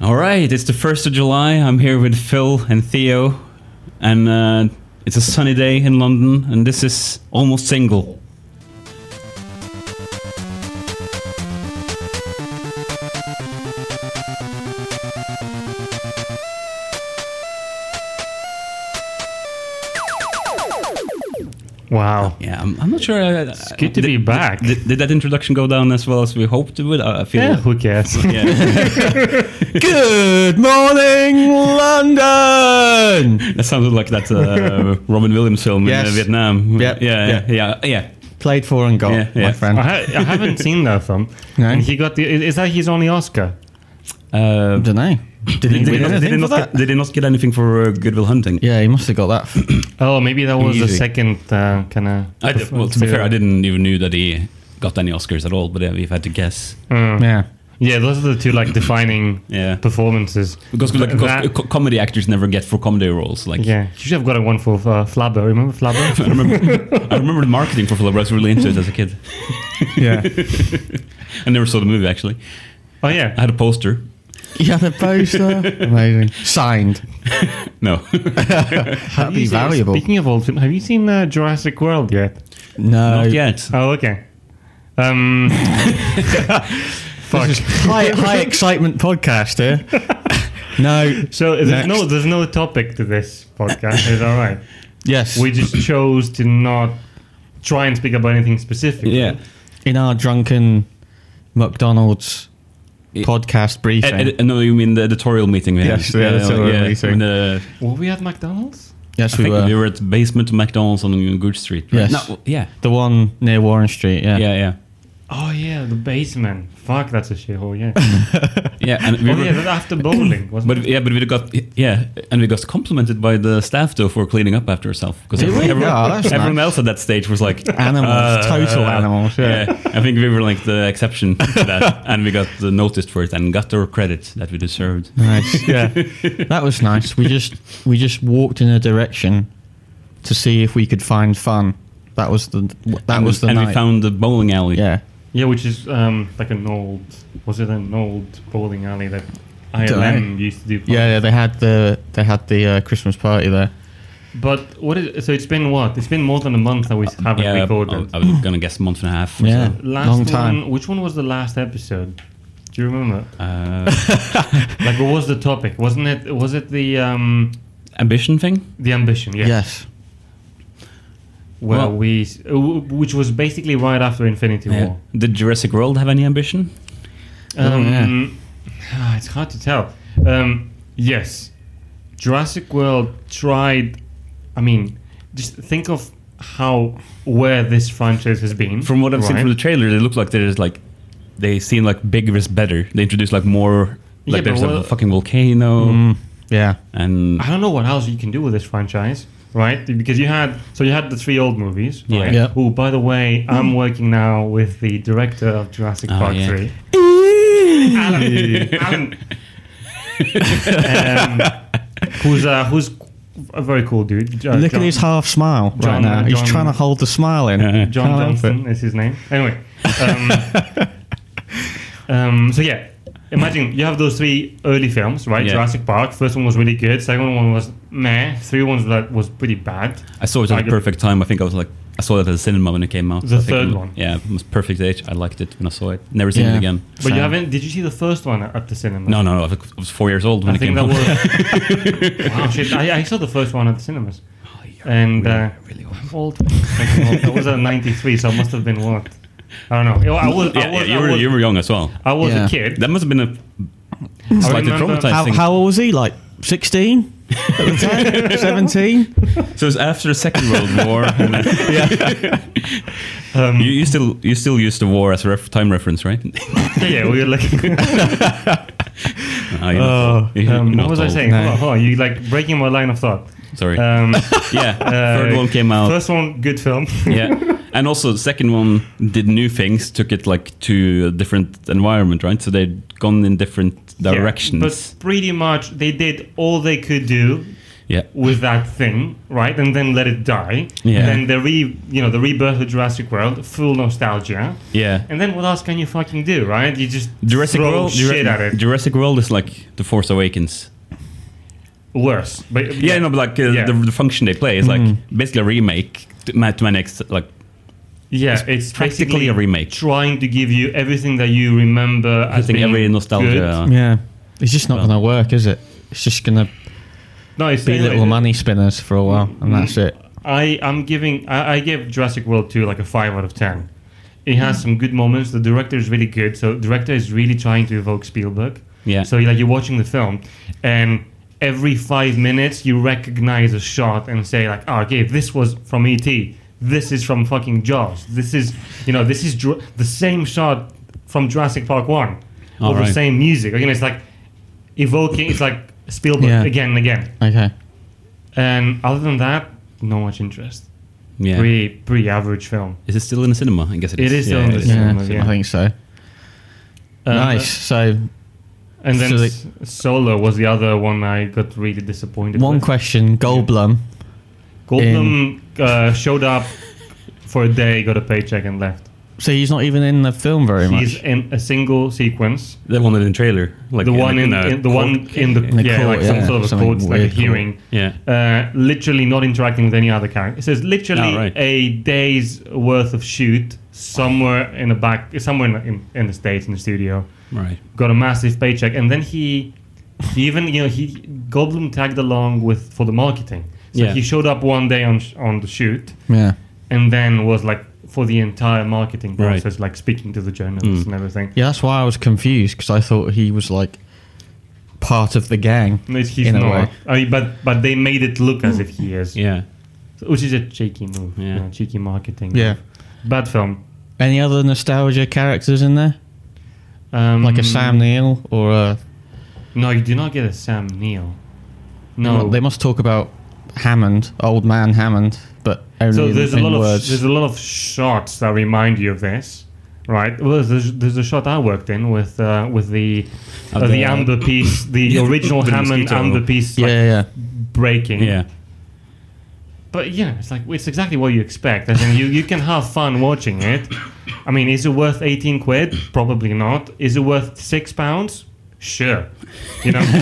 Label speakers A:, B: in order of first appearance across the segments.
A: All right, it's the 1st of July. I'm here with Phil and Theo, and uh, it's a sunny day in London, and this is Almost Single.
B: Wow.
A: Yeah, I'm, I'm not sure. I,
B: It's good to be back.
A: Did, did that introduction go down as well as we hoped it would? I I feel.
B: yeah, who cares?
A: yeah.
C: Good morning, London.
A: that sounded like that uh, Robin Williams film in
C: Yes.
A: uh, Vietnam.
C: Yep,
A: Yeah,
C: yep.
A: yeah, yeah, yeah.
C: Played for and got,
A: Yeah, yeah.
C: my
B: I,
C: friend.
B: ha- I haven't seen that film.
C: No.
B: And he got the. Is is that his only Oscar?
A: Uh,
C: don't know. Did he
A: did, they
C: win
A: not, did, they
C: anything for
A: not
C: that?
A: get, did they not get anything for uh, Goodwill Hunting?
C: Yeah, he must have got that. f-
B: Oh, maybe that was the
C: Easy.
B: second uh, kind of.
A: I did, well, to be fair, I didn't even knew that he got any Oscars at all. But uh, if I had to guess,
C: yeah.
B: Yeah, those are the two like defining
A: Yeah.
B: performances.
A: because like
B: Th-
A: because
B: that-
A: co- comedy actors never get for comedy roles. Like
B: yeah, you should have got one for uh, Flabber. Remember
A: I
B: Flabber?
A: remember, I remember the marketing for Flubber. I was really into it as a kid.
C: Yeah.
A: I never saw the movie actually.
B: oh
A: I
B: yeah.
A: had a poster.
C: you had a poster. Amazing. Signed.
A: No,
B: Have
C: That'd be
B: you seen-
C: valuable.
B: Speaking of old film, have you seen uh, Jurassic World yet?
C: No.
A: not yet.
B: Oh okay. Um. fuck.
C: This is high, high excitement podcast here. no.
B: So there's
C: Next.
B: no, there's no topic to this podcast. It's all right.
C: Yes.
B: We just chose to not try and speak about anything specific.
A: Yeah,
C: In our drunken McDonald's podcast briefing.
A: Ed, ed, no, you mean the editorial meeting we had?
C: Yes, the editorial meeting.
A: when the-
B: Were we at McDonald's?
C: yes,
A: I
C: we
A: think
C: were.
A: we were at the basement of McDonald's on Good Street. Right?
C: Yes.
A: No, yeah,
C: the one near Warren Street. Yeah.
A: yeah, yeah,
B: Oh yeah, the basement. Fuck, that's a shithole. Yeah.
A: yeah. And we
B: oh
A: were,
B: yeah, that's after bowling, wasn't
A: But
B: it?
A: yeah, but we got yeah, and we got complimented by the staff though for cleaning up after herself because
C: Did we?
A: everyone,
C: Yeah, that's
A: everyone else at that stage was like uh,
C: Animals. total animals. Yeah.
A: Yeah, I think we were like the exception to that, and we got uh, noticed for it and got the credit that we deserved.
C: Nice. Yeah. that was nice. We just we just walked in a direction to see if we could find fun. That was the that
A: and,
C: was the
A: and
C: night.
A: we found the bowling alley.
C: yeah.
B: Yeah, which is um, like an old. Was it an old bowling alley that
C: Dunno.
B: ILM used to do?
C: Yeah, yeah, they had the they had the uh, Christmas party there.
B: But what is? So it's been what? It's been more than a month that we haven't
A: Uh, yeah. I,
B: recorded.
A: I was gonna guess a month and a half. Or
C: Yeah.
A: so.
B: last
C: Long time.
B: One, which one was the last episode? Do you remember?
A: Uh,
B: like, what was the topic? Wasn't it? Was it the um,
A: ambition thing.
B: the ambition? Yeah.
C: Yes.
B: Where
A: Well-
B: we, s- uh, w- which was basically right after Infinity War.
A: Did Jurassic World have any ambition? Oh,
B: Um, ah, It's hard to tell. Um, yes, Jurassic World tried. I mean, just think of how where this franchise has been.
A: From what I've seen
B: right?
A: from the trailer, they look like there's like they seem like bigger is better. They introduce like more
B: Yeah,
A: like
B: but
A: there's like
B: well-
A: a fucking volcano
C: Mm, yeah.
A: and
B: I don't know what else you can do with this franchise, right? Because you had so you had the three old movies.
A: Yeah.
B: Right?
C: Yeah.
B: Oh, by the way, I'm working now with the director of Jurassic
A: Oh,
B: Park
A: yeah.
B: Three, Alan. Alan. um, who's uh, who's a very cool dude. Uh,
C: Look
B: John-
C: at his half smile right
B: John-
C: now. He's
B: John-
C: trying to hold the smile in.
A: Yeah.
B: John
C: Can't help
B: Johnson is his name. Anyway, um, um, so yeah, imagine you have those three early films, right?
A: Yeah.
B: Jurassic Park. First one was really good. Second one was meh. Three ones that was pretty bad.
A: I saw it at
B: I
A: the
B: get-
A: perfect time. I think I was like I saw that at the cinema when it came out.
B: The
A: I think
B: third
A: it-
B: one.
A: Yeah, it was perfect age. I liked it when I saw it. Never seen
C: Yeah.
A: it again.
B: But you
C: Same.
B: haven't? Did you see the first one at the cinema?
A: No, no, no. I think I was four years old when
B: I
A: it came
B: think that
A: out.
B: was. wow, Oh, shit! I, I saw the first one at the cinemas,
A: you're
B: and uh,
A: really old.
B: I'm old. I'm old. That was at '93, so I must have been what? I don't know. I was.
A: yeah,
B: I was,
A: yeah, you,
B: I
A: were,
B: was,
A: you were young as well.
B: I was
C: Yeah.
B: a kid.
A: That must have been a slightly
B: remember-
A: traumatizing.
C: How, how old was he? Like 16? At the time? 17?
A: So it's after the Second World War.
B: Um,
A: you, you still you still use the war as a ref- time reference, right?
B: yeah, yeah, we were like.
A: Ah, you're not- you're
B: Um,
A: not
B: what was I
A: old.
B: saying?
C: No.
B: Hold on, hold on. You like breaking my line of thought.
A: Sorry.
B: Um,
A: yeah,
B: uh,
A: third one came out.
B: First one, good film.
A: yeah, and also the second one did new things, took it like to a different environment, right? So they'd gone in different
B: Yeah,
A: directions.
B: but pretty much they did all they could do
A: Yeah.
B: with that thing, right? And then let it die.
A: Yeah.
B: And then the re, you know, the rebirth of Jurassic World, full nostalgia.
A: Yeah.
B: And then what else can you fucking do, right? You just
A: Jurassic
B: throw
A: World.
B: shit
A: Jura-
B: at it.
A: Jurassic World is like the Force Awakens.
B: Worse, but
A: Yeah, no, but like uh,
B: Yeah. Mm-hmm.
A: the, the function they play is like basically a remake to my, to my next like
B: Yeah, it's,
A: practically
B: basically
A: a remake.
B: Trying to give you everything that you remember.
A: I
B: As
A: think
B: being
A: every nostalgia.
C: Yeah. It's just not
A: Well.
C: going to work, is it? It's just going to
B: good. No, it's
C: be
B: anyway,
C: little money spinners for a while, and that's
B: Mm-hmm.
C: it.
B: I am giving. I, I give Jurassic World two like a five out of ten. It
A: Hmm.
B: has some good moments. The director is really good. So director is really trying to evoke Spielberg.
A: Yeah.
B: So like you're watching the film, and every five minutes you recognize a shot and say like, oh, okay, this was from ET. This is from fucking Jaws. This is you know this is Jur- the same shot from Jurassic Park one
A: All
B: with the
A: right.
B: same music. Again, it's like evoking. It's like Spielberg
C: Yeah.
B: again and again.
C: Okay.
B: And other than that, not much interest.
A: Yeah.
B: Pretty pretty average film.
A: Is it still in the cinema? I guess it
B: It
A: is.
B: is still
A: yeah,
B: in the
A: it is.
B: cinema.
C: Yeah,
B: Yeah.
C: I think so.
B: Uh,
C: nice. So,
B: And then
C: So they-
B: S- Solo was the other one I got really disappointed.
C: one
B: with.
C: question Goldblum.
B: Goldblum uh, showed up for a day, got a paycheck, and left.
C: So he's not even in the film very
B: He's
C: much.
B: in a single sequence.
A: The one in the trailer, like
B: the
A: in
B: one in,
A: a
B: in the
A: court
B: one in the,
C: In the
B: yeah,
C: court,
B: like some
C: yeah,
B: sort of a
C: something
B: court, like a
C: weird court.
B: hearing.
A: Yeah.
B: Uh, literally not interacting with any other character. It says literally
A: Oh, right.
B: a day's worth of shoot somewhere in the back, somewhere in, the- in, in the states in the studio.
A: Right.
B: got a massive paycheck, and then he, he even you know he Goldblum tagged along with for the marketing. So
A: Yeah.
B: he showed up one day on sh- on the shoot,
C: Yeah.
B: and then was like for the entire marketing
A: Right.
B: process, like speaking to the journalists
A: Mm.
B: and everything.
C: Yeah, that's why I was confused because I thought he was like part of the gang.
B: No, it's- he's
C: In a
B: not.
C: way.
B: I mean, but but they made it look as if he is,
A: Yeah.
B: which is a cheeky move.
A: Yeah.
B: you know, cheeky marketing.
C: Yeah.
B: bad film.
C: Any other nostalgia characters in there?
B: Um,
C: Like a Sam Neill or a.
B: No, you do not get a Sam Neill. No,
C: They must talk about Hammond, old man Hammond, but only
B: So
C: in,
B: there's a
C: in
B: lot
C: words.
B: of there's a lot of shots that remind you of this, right? Well, there's, there's a shot I worked in with uh, with the uh,
A: Of
B: the,
A: the-
B: amber piece, the
A: Yeah,
B: original
A: with the
B: Hammond
A: mosquito.
B: amber piece,
C: yeah,
B: like,
C: yeah.
B: breaking.
A: Yeah.
B: But you know, it's like it's exactly what you expect. As in, you you can have fun watching it. I mean, is it worth 18 quid? Probably not. Is it worth six pounds? Sure. You know,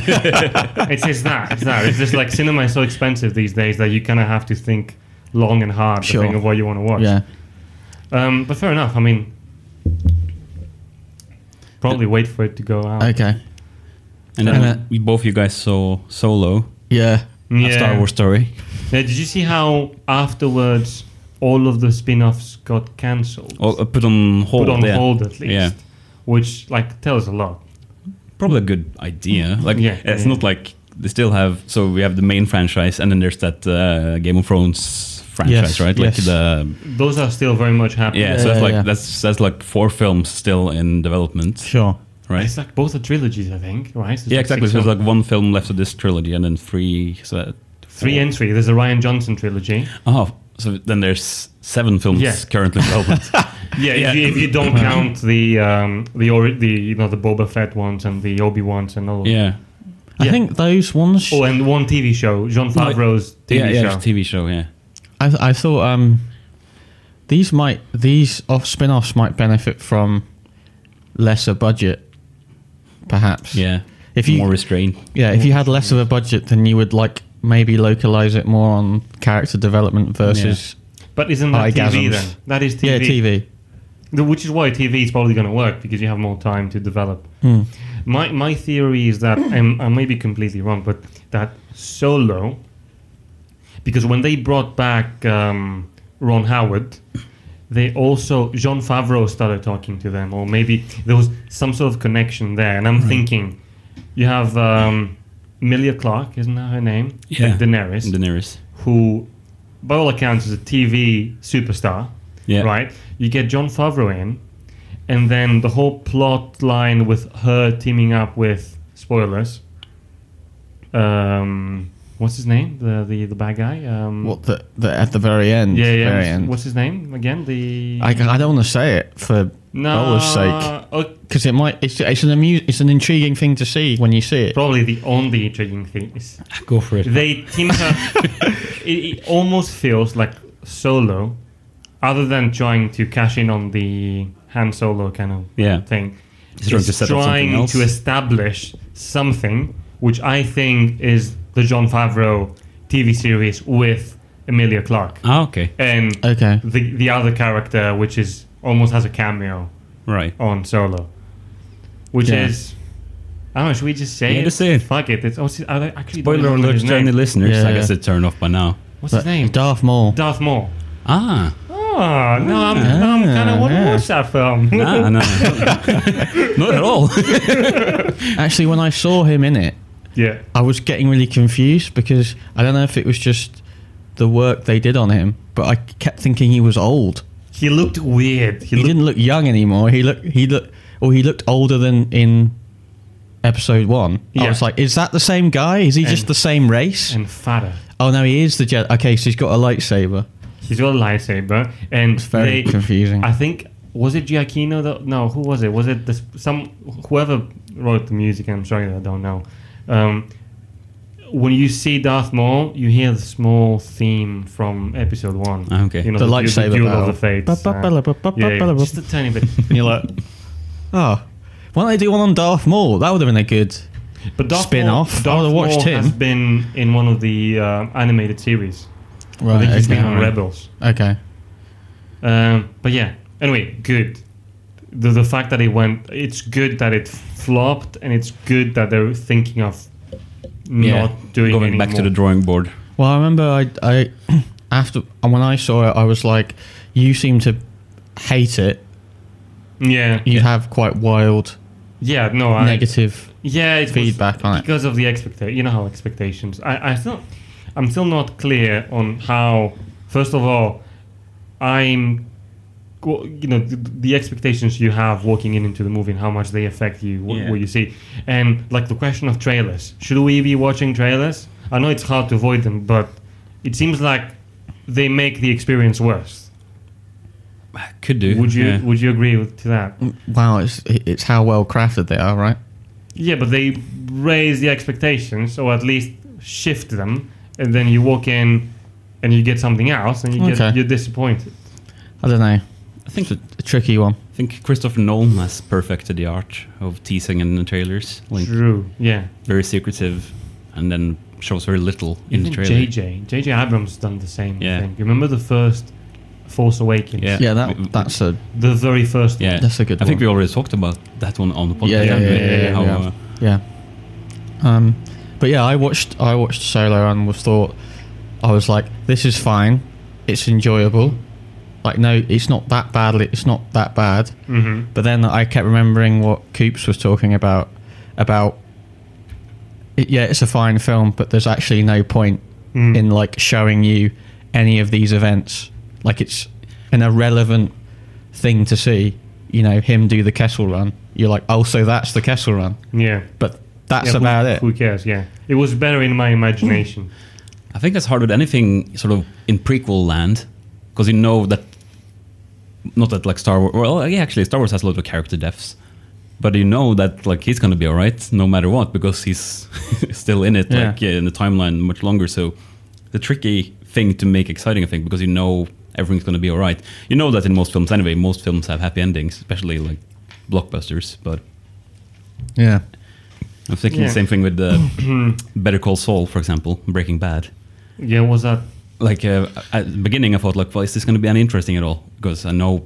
B: it's it's that it's that. It's just like cinema is so expensive these days that you kind of have to think long and hard
C: Sure.
B: depending on what you want to watch.
C: Yeah.
B: Um, but fair enough. I mean, probably wait for it to go out.
C: Okay.
A: And
C: And,
A: then
C: uh,
A: we both you guys saw Solo,
C: Yeah.
A: a Star Wars story.
B: Yeah, did you see how afterwards all of the spin-offs got cancelled,
A: Or uh, put on hold.
B: put on
A: yeah.
B: hold at least?
A: Yeah.
B: Which like tells a lot.
A: Probably a good idea. Like,
B: Yeah,
A: it's
B: yeah.
A: not like they still have. So we have the main franchise, and then there's that uh, Game of Thrones franchise,
C: Yes,
A: right? Like
C: yes.
A: the
B: Those are still very much happening.
A: yeah. so that's
C: Yeah,
A: like
C: yeah.
A: that's that's like four films still in development,
C: Sure.
A: right?
B: It's like both the trilogies, I think, right? So it's
A: Yeah,
B: like
A: exactly.
B: six
A: So there's
B: films.
A: like one film left of this trilogy, and then three. So that-
B: three and three. There's a Ryan Johnson trilogy.
A: Oh, so then there's seven films
B: Yeah.
A: currently in development.
B: Yeah,
A: yeah. Uh-huh.
B: If, you, if you don't count the um, the ori- the you know the Boba Fett ones and the Obi Wan's and all. of
A: yeah.
C: I
B: Yeah.
C: think those ones.
B: Oh, and one TV show, John Favreau's TV
A: yeah, yeah,
B: show.
A: it's a TV show, yeah.
C: I, th- I thought um, these might these off spin-offs might benefit from lesser budget, perhaps.
A: Yeah.
C: If you
A: More restraint.
C: yeah, if you had less of a budget, then you would like maybe localize it more on character development versus
B: But isn't that TV
C: Orgasms.
B: then? That is TV.
C: yeah TV.
B: The- Which is why TV is probably going to work because you have more time to develop. My my theory is that and I may be completely wrong, but that Solo, because when they brought back um, Ron Howard, they also Jean Favreau started talking to them, or maybe there was some sort of connection there. And I'm thinking, you have um, Emilia Clark, isn't that her name?
A: Yeah.
B: Like Daenerys
A: Daenerys.
B: who, by all accounts, is a TV superstar,
A: Yeah.
B: right? You get John Favreau in, and then the whole plot line with her teaming up with spoilers. Um, what's his name? The the the bad guy. Um,
C: What the, the at the very end?
B: Yeah, yeah.
C: Very
B: what's-
C: end.
B: What's his name again? The
C: I, I don't want to say it for
B: No.
D: Allah's sake.
B: oh,
C: because it might. It's, it's an amu- It's an intriguing thing to see when you see it.
B: probably the only intriguing thing is
A: Go for it.
B: they team up. it, it almost feels like Solo, other than trying to cash in on the Han Solo kind of
A: Yeah.
B: thing.
A: He's trying to set up something
B: trying
A: else.
B: to establish something, which I think is the John Favreau TV series with Emilia Clarke
A: Ah, okay.
B: and
C: Okay.
B: the the other character, which is almost has a cameo
A: Right.
B: on Solo, which
C: Yeah.
B: is. I don't know, should we just say
A: Yeah,
B: it?
A: just say it.
B: Fuck it. It's also, I don't- actually don't
A: Spoiler
B: remember
A: alert
B: his
A: to any
B: name.
A: listeners. I
C: Yeah.
A: guess they turn off by now.
B: What's his
C: But
B: name?
C: Darth Maul.
B: Darth Maul.
A: Ah.
B: Oh, no, I'm, now I'm kind of want to
C: Ah, yeah.
B: watch that film.
A: Nah, nah. Not at all.
C: Actually, when I saw him in it,
B: yeah.
C: I was getting really confused because I don't know if it was just the work they did on him, but I kept thinking he was old.
B: He looked weird. He,
C: He
B: looked,
C: didn't look young anymore. He looked. He looked. Or he looked older than in episode one.
B: Yeah.
C: I was like, is that the same guy? Is he just
B: And-
C: the same race?
B: and fatter.
C: oh no, he is the Jedi. Okay, so he's got a lightsaber.
B: He's got a lightsaber. And
C: Very
B: they-
C: confusing.
B: I think, was it Giacchino? That, no, who was it? Was it this, some, whoever wrote the music? I'm sorry, I don't know. Um, when you see Darth Maul, you hear the small theme from episode one.
A: Okay.
B: You know,
C: Ah, The
B: du-
C: lightsaber
B: duel
C: battle.
B: of the fates.
C: Ba- ba-
B: uh,
C: ba- ba- ba-
B: yeah,
C: ba-
B: yeah,
C: ba- ba-
B: just a tiny bit.
C: And you're like, oh, why don't they do one on Darth Maul? That would have been a good.
B: But Darth
C: Spin-off?
B: Maul,
C: I
B: Darth
C: would've watched
B: Maul
C: him.
B: has been in one of the uh, animated series. I
C: Right.
B: think he's
C: okay.
B: been on Rebels.
C: Okay.
B: Um, but yeah, anyway, good. The, the fact that it went, it's good that it flopped, and it's good that they're thinking of not doing
A: Going
B: any
A: back to
B: more.
A: the drawing board.
C: Well, I remember I, I after when I saw it, I was like, you seem to hate it.
B: yeah,
C: You have quite wild
B: yeah, no, I,
C: negative.
B: yeah, it was
C: feedback on it.
B: because of the expectation. You know how expectations. I, I still, I'm still not clear on how. First of all, I'm, well, you know, the, the expectations you have walking in into the movie and how much they affect you, what,
A: Yeah.
B: what you see, and like the question of trailers. Should we be watching trailers? I know it's hard to avoid them, but it seems like they make the experience worse.
A: Could do.
B: Would you
A: yeah.
B: Would you agree with, to that?
C: Wow, it's it's how well crafted they are, right?
B: Yeah, but they raise the expectations, or at least shift them, and then you walk in and you get something else, and you get
C: Okay.
B: you're disappointed.
C: I don't know.
A: I think
C: A tricky one.
A: I think Christopher Nolan has perfected the art of teasing in the trailers. Like
B: True. Yeah.
A: very secretive, and then shows very little in the
B: Even
A: trailer.
B: JJ JJ Abrams done the same
A: Yeah.
B: thing. Remember the first Force Awakens?
A: Yeah.
C: Yeah, that that's a
B: The very first.
A: Yeah,
C: That's a good
A: I think we
C: one.
A: already talked about that one on the podcast.
C: yeah, yeah,
A: haven't we?
B: yeah, yeah,
A: How,
C: yeah.
A: uh,
C: yeah. Um, but yeah, I watched I watched Solo and was thought I was like, this is fine. It's enjoyable. Like no, it's not that badly. It's not that bad.
B: Mm-hmm.
C: But then I kept remembering what Coops was talking about about it, yeah, it's a fine film, but there's actually no point
B: Mm.
C: in like showing you any of these events. Like it's an irrelevant thing to see. You know, him do the Kessel Run. You're like, oh, so that's the Kessel Run,
B: Yeah.
C: but that's
B: Yeah, who-
C: about it.
B: Who cares? Yeah. It was better in my imagination.
A: I think that's hard with anything sort of in prequel land, because you know that. Not that like Star Wars. Well, yeah, actually, Star Wars has a lot of character deaths, but you know that like he's gonna be all right no matter what because he's still in it,
C: Yeah.
A: like yeah, in the timeline much longer. So, the tricky thing to make exciting, I think, because you know everything's gonna be all right. You know that in most films anyway. Most films have happy endings, especially like blockbusters. But
C: Yeah,
A: I'm thinking
B: Yeah.
A: the same thing with uh, Better Call Saul, for example, Breaking Bad. Mm.
B: yeah. Was that?
A: like uh, at the beginning, I thought like, well, is this going to be any interesting at all? Because I know,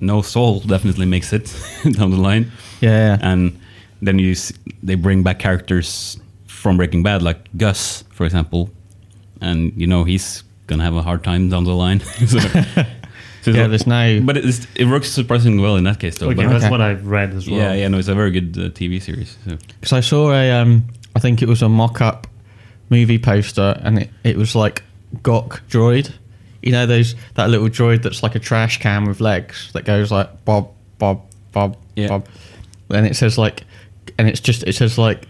A: no soul definitely makes it down the line,
C: yeah, yeah.
A: and then you s they bring back characters from Breaking Bad, like Gus, for example, and you know he's gonna have a hard time down the line. so, so it's
C: yeah
A: not-
C: there's no.
A: but it's, it works surprisingly well in that case, though.
B: Okay,
A: but,
B: that's
C: Okay.
B: what I've read as well.
A: yeah, yeah, no, it's a very good uh, TV series. So.
C: Because I saw a, um, I think it was a mock-up movie poster, and it, it was like Gok droid. You know those that little droid that's like a trash can with legs that goes like bob bob bob
A: Yeah.
C: bob. Then it says like, and it's just it says like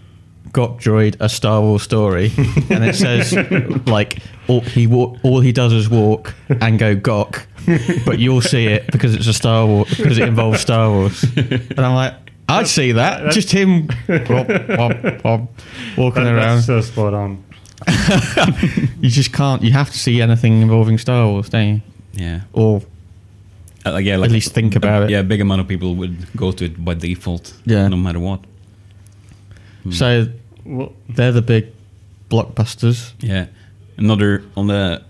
C: Gok droid a Star Wars story, and it says like all he wa- all he does is walk and go gok, but you'll see it because it's a Star Wars because it involves Star Wars. And I'm like, I'd see that. Just him plop, plop, plop, walking
B: That-
C: around.
B: that's so spot on.
C: you just can't. You have to see anything involving Star Wars, don't you?
A: Yeah.
C: Or
A: Uh, like, yeah, like,
C: least think about it.
A: Yeah, a big amount of people would go to it by default.
C: Yeah.
A: No matter what.
B: Hmm.
C: so
B: Well,
C: they're the big blockbusters.
A: Yeah. Another on the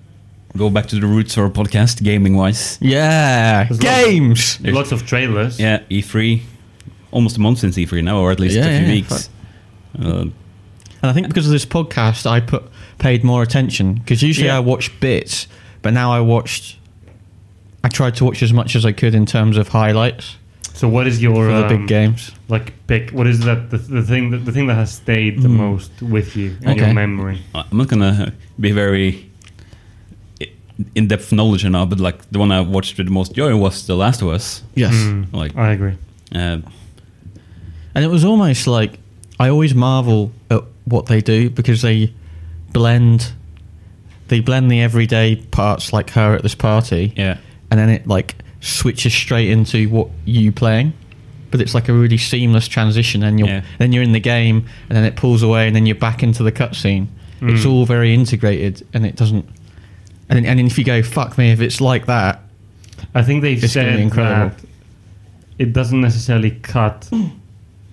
A: go back to the roots of our podcast, gaming wise.
C: Yeah, games.
A: There's-
B: lots of trailers.
A: Yeah, E3. Almost a month since E3 now, or at least
C: Yeah,
A: a few
C: yeah,
A: weeks. Uh,
C: And I think because of this podcast, I put paid more attention because usually
B: Yeah.
C: I watch bits, but now I watched. I tried to watch as much as I could in terms of highlights
B: So what is your
C: for the
B: um,
C: big games.
B: Like pick. What is that? The, the thing that the thing that has stayed
A: Mm.
B: the most with you in your
C: Okay.
B: memory.
A: Uh, I'm not gonna be very i- in-depth knowledge and all, but like the one I watched with the most joy was The Last of Us.
C: Yes,
B: Mm,
A: Like,
B: I agree.
A: uh,
C: and it was almost like I always marvel at what they do because they blend, they blend the everyday parts like her at this party,
A: yeah,
C: and then it like switches straight into what you playing but it's like a really seamless transition and you're
A: Yeah.
C: then you're in the game and then it pulls away and then you're back into the cutscene it's
A: Mm.
C: all very integrated and it doesn't and then, and then if you go fuck me if it's like that
B: I think they've
C: It's gonna be
B: said
C: incredible.
B: that it doesn't necessarily cut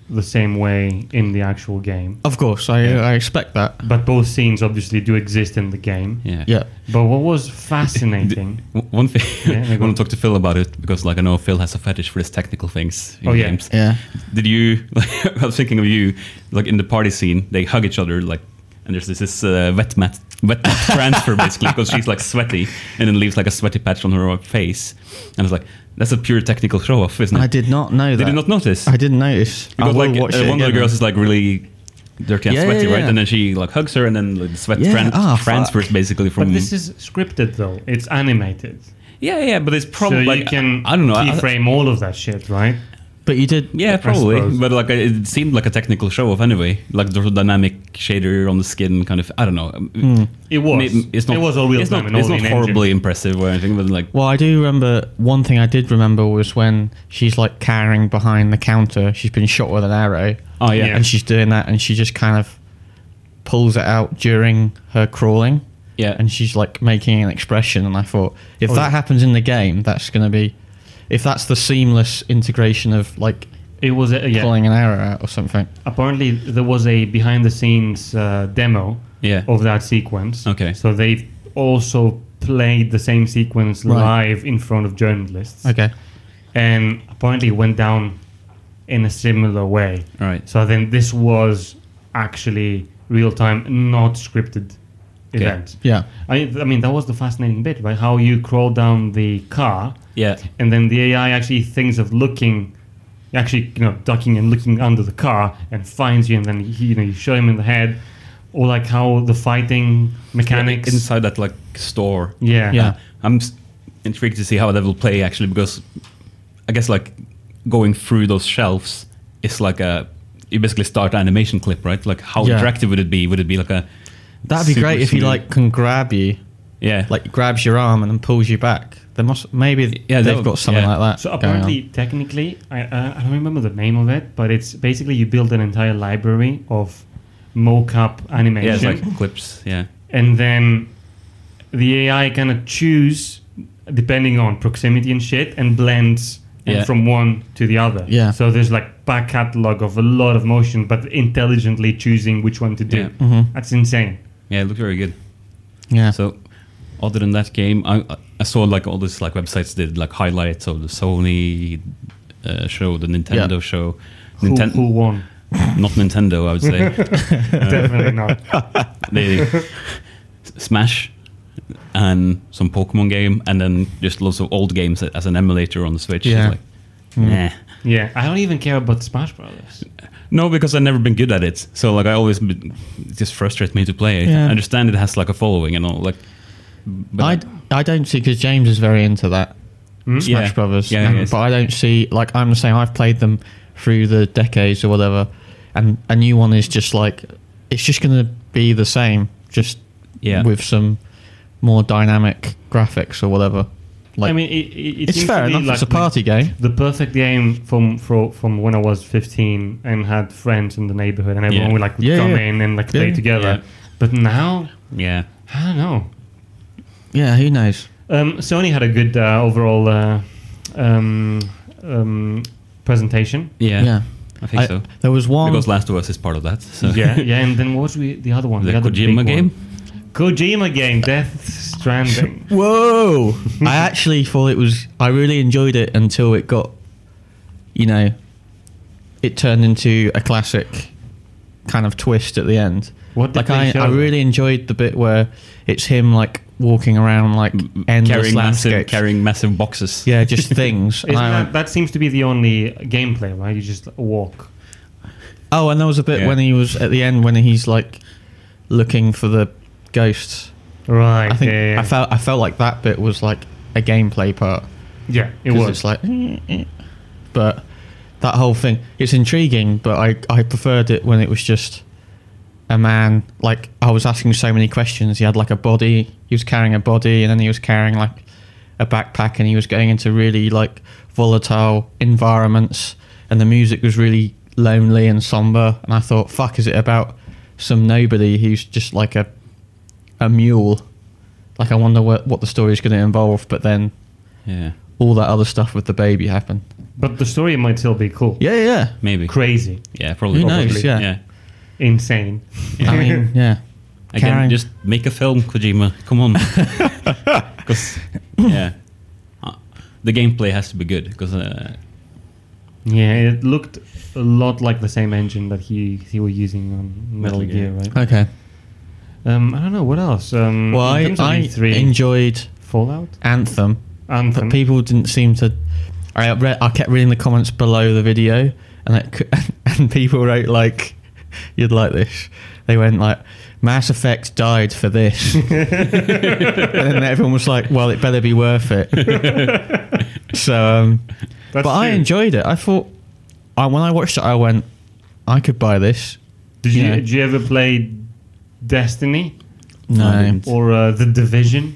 B: the same way in the actual game,
C: of course i, I expect that
B: but both scenes obviously do exist in the game.
A: yeah,
C: yeah
B: But what was fascinating?
A: W- One thing
B: Yeah,
A: I
B: go on.
A: want to talk to Phil about it because, like, I know Phil has a fetish for his technical things in
B: Oh, yeah.
A: games.
C: yeah
A: Did you? I was thinking of you, like in the party scene, they hug each other, like, and there's this, this uh, wet mat, wet mat transfer basically because she's like sweaty and then leaves like a sweaty patch on her face, and it's like that's a pure technical show off, isn't it?
C: i did not know
A: Did
C: that
A: you not notice?
C: i didn't notice I
A: Because
C: will
A: like
C: watch
A: uh,
C: it
A: one of the
C: again.
A: girls is like really dirty and
C: Yeah,
A: sweaty,
C: yeah,
A: right?
C: yeah.
A: And then she like hugs her, and then like, the sweat
C: Yeah,
A: tran-
C: ah, fuck.
A: transfers basically from.
B: But this is scripted though. It's animated,
A: yeah, yeah, but it's
B: so
A: probably
B: you
A: like,
B: can
A: I don't know. I-
B: keyframe all of that shit, right?
C: but you did
A: yeah, probably,
B: suppose.
A: but like it seemed like a technical show off anyway, like the dynamic shader on the skin, kind of. I don't know.
C: Hmm.
B: It was.
A: May- It's not.
B: it was all real
A: it's
B: time.
A: not,
B: and all
A: it's not
B: in engine.
A: horribly impressive or anything, but like
C: Well, I do remember one thing I did remember was when she's like cowering behind the counter. She's been shot with an arrow.
A: Oh, yeah.
C: And she's doing that and she just kind of pulls it out during her crawling.
A: Yeah.
C: And she's like making an expression. And I thought, if
B: Oh,
C: that
B: yeah.
C: happens in the game, that's going to be. If that's the seamless integration of like
B: It was. A, yeah.
C: pulling an arrow out or something.
B: apparently there was a behind the scenes uh, demo
A: Yeah.
C: oh.
B: of that sequence.
A: Okay.
B: So they also played the same sequence
C: Right.
B: live in front of journalists.
C: Okay.
B: And apparently it went down in a similar way.
A: Right.
B: So then this was actually real time, not scripted event.
C: Yeah.
B: I, I mean, that was the fascinating bit, right? How you crawl down the car
A: yeah,
B: and then the AI actually thinks of looking, actually you know ducking and looking under the car and finds you, and then he, you know you shoot him in the head, or like how the fighting mechanics.
A: inside that like store.
B: yeah,
C: Yeah.
A: I'm s- intrigued to see how that will play actually because I guess like going through those shelves is like a you basically start an animation clip, right? Like how
C: Yeah.
A: interactive would it be? Would it be like a
C: That'd be
A: super
C: great if he
A: smooth-
C: like can grab you,
A: yeah
C: like grabs your arm and then pulls you back. There must maybe
A: Yeah, that
C: they've
A: would-
C: got something
A: yeah.
C: like that.
B: So
C: going on.
B: apparently, technically, I uh, I don't remember the name of it, but it's basically you build an entire library of mocap
A: yeah it's
B: animation,
A: like clips yeah
B: and then the AI kind of choose depending on proximity and shit and blends and
A: Yeah.
B: from one to the other.
C: Yeah.
B: So there's like back catalog of a lot of motion, but intelligently choosing which one to do.
A: Yeah.
B: That's insane.
A: yeah it looked very good.
C: yeah.
A: So other than that game, I I- I saw like all these like websites did like highlights of the Sony uh, show, the Nintendo
C: Yeah.
A: show.
B: Who,
A: Ninten-
B: who won?
A: not Nintendo, I would say.
C: Uh.
B: Definitely not.
A: they S- Smash and some Pokemon game, and then just lots of old games a- as an emulator on the Switch. It's
C: Yeah. Hmm.
A: Like, Nah.
B: Yeah, I don't even care about Smash Brothers.
A: No, because I've never been good at it. So like I always been, it just frustrates me to play it.
C: Yeah.
A: I understand it has like a following and all like. But Hmm?
C: I, I don't see because James is very into that Smash
A: Yeah.
C: Brothers,
A: Yeah,
C: um,
A: yeah, yes.
C: but I don't see like I'm the same. I've played them through the decades or whatever, and a new one is just like it's just gonna be the same, just
A: Yeah.
C: with some more dynamic graphics or whatever. Like,
B: I mean, it, it, it
C: it's
B: seems to
C: fair
B: be
C: enough.
B: Like
C: it's a
B: the-
C: party game.
B: The perfect game from, from from when I was 15 and had friends in the neighborhood and everyone
A: Yeah.
B: would like would
C: Yeah,
B: come
C: yeah.
B: in and like
C: Yeah.
B: play together.
A: Yeah.
B: But now,
A: Yeah.
B: I don't know.
C: Yeah, who knows?
B: Um, Sony had a good uh, overall uh, um, um, presentation.
A: Yeah.
C: Yeah.
A: I think so.
C: There was one.
A: Because Last of Us is part of that. So.
B: Yeah, yeah, and then what was we, the other one?
A: The,
B: other big
A: Kojima
B: one.
A: game?
B: Kojima game, Death Stranding.
C: Whoa! I actually thought it was. I really enjoyed it until it got, you know, it turned into a classic kind of twist at the end.
B: What did
C: Like
B: they
C: I,
B: show
C: I
B: them?
C: really enjoyed the bit where it's him like walking around like endless
A: Carrying massive,
C: landscapes.
A: carrying massive boxes.
C: yeah, just things.
B: Isn't
C: And I went,
B: that, that seems to be the only gameplay, right? You just walk.
C: oh, and there was a bit
A: Yeah.
C: when he was at the end when he's like looking for the ghosts.
B: Right.
C: I think
B: yeah, yeah,
C: I felt I felt like that bit was like a gameplay part.
B: yeah, it
C: 'Cause
B: was.
C: It's like, eh, but that whole thing, it's intriguing. But I, I preferred it when it was just a man. Like I was asking so many questions. He had like a body. He was carrying a body, and then he was carrying like a backpack, and he was going into really like volatile environments. And the music was really lonely and somber. And I thought, fuck, is it about some nobody who's just like a a mule? Like I wonder what what the story is going to involve. But then
A: Yeah.
C: all that other stuff with the baby happened.
B: but the story might still be cool.
C: Yeah, yeah.
A: Maybe.
B: Crazy.
A: Yeah, probably.
C: Who knows,
A: Probably.
C: yeah.
B: Insane.
C: I mean, yeah.
A: Again,
C: Karen.
A: just make a film, Kojima. Come on. 'Cause, yeah. Uh, the gameplay has to be good because uh,
B: Yeah, it looked a lot like the same engine that he he were using on Metal,
A: Metal Gear.
B: Gear, right?
C: Okay.
B: Um, I don't know what else. Um,
C: Well,
B: in
C: I,
B: terms of
C: I
B: E3,
C: enjoyed
B: Fallout,
C: Anthem,
B: Anthem.
C: but people didn't seem to. I read, I kept reading the comments below the video, and it, cou- and people wrote like, "You'd like this." They went like, "Mass Effect died for this," and then everyone was like, "Well, it better be worth it." so. Um,
B: That's
C: but I
B: true.
C: enjoyed it. I thought, I, when I watched it, I went, I could buy this.
B: Did you
C: yeah.
B: did you ever play Destiny
A: I
C: No,
A: didn't.
B: or uh, the Division?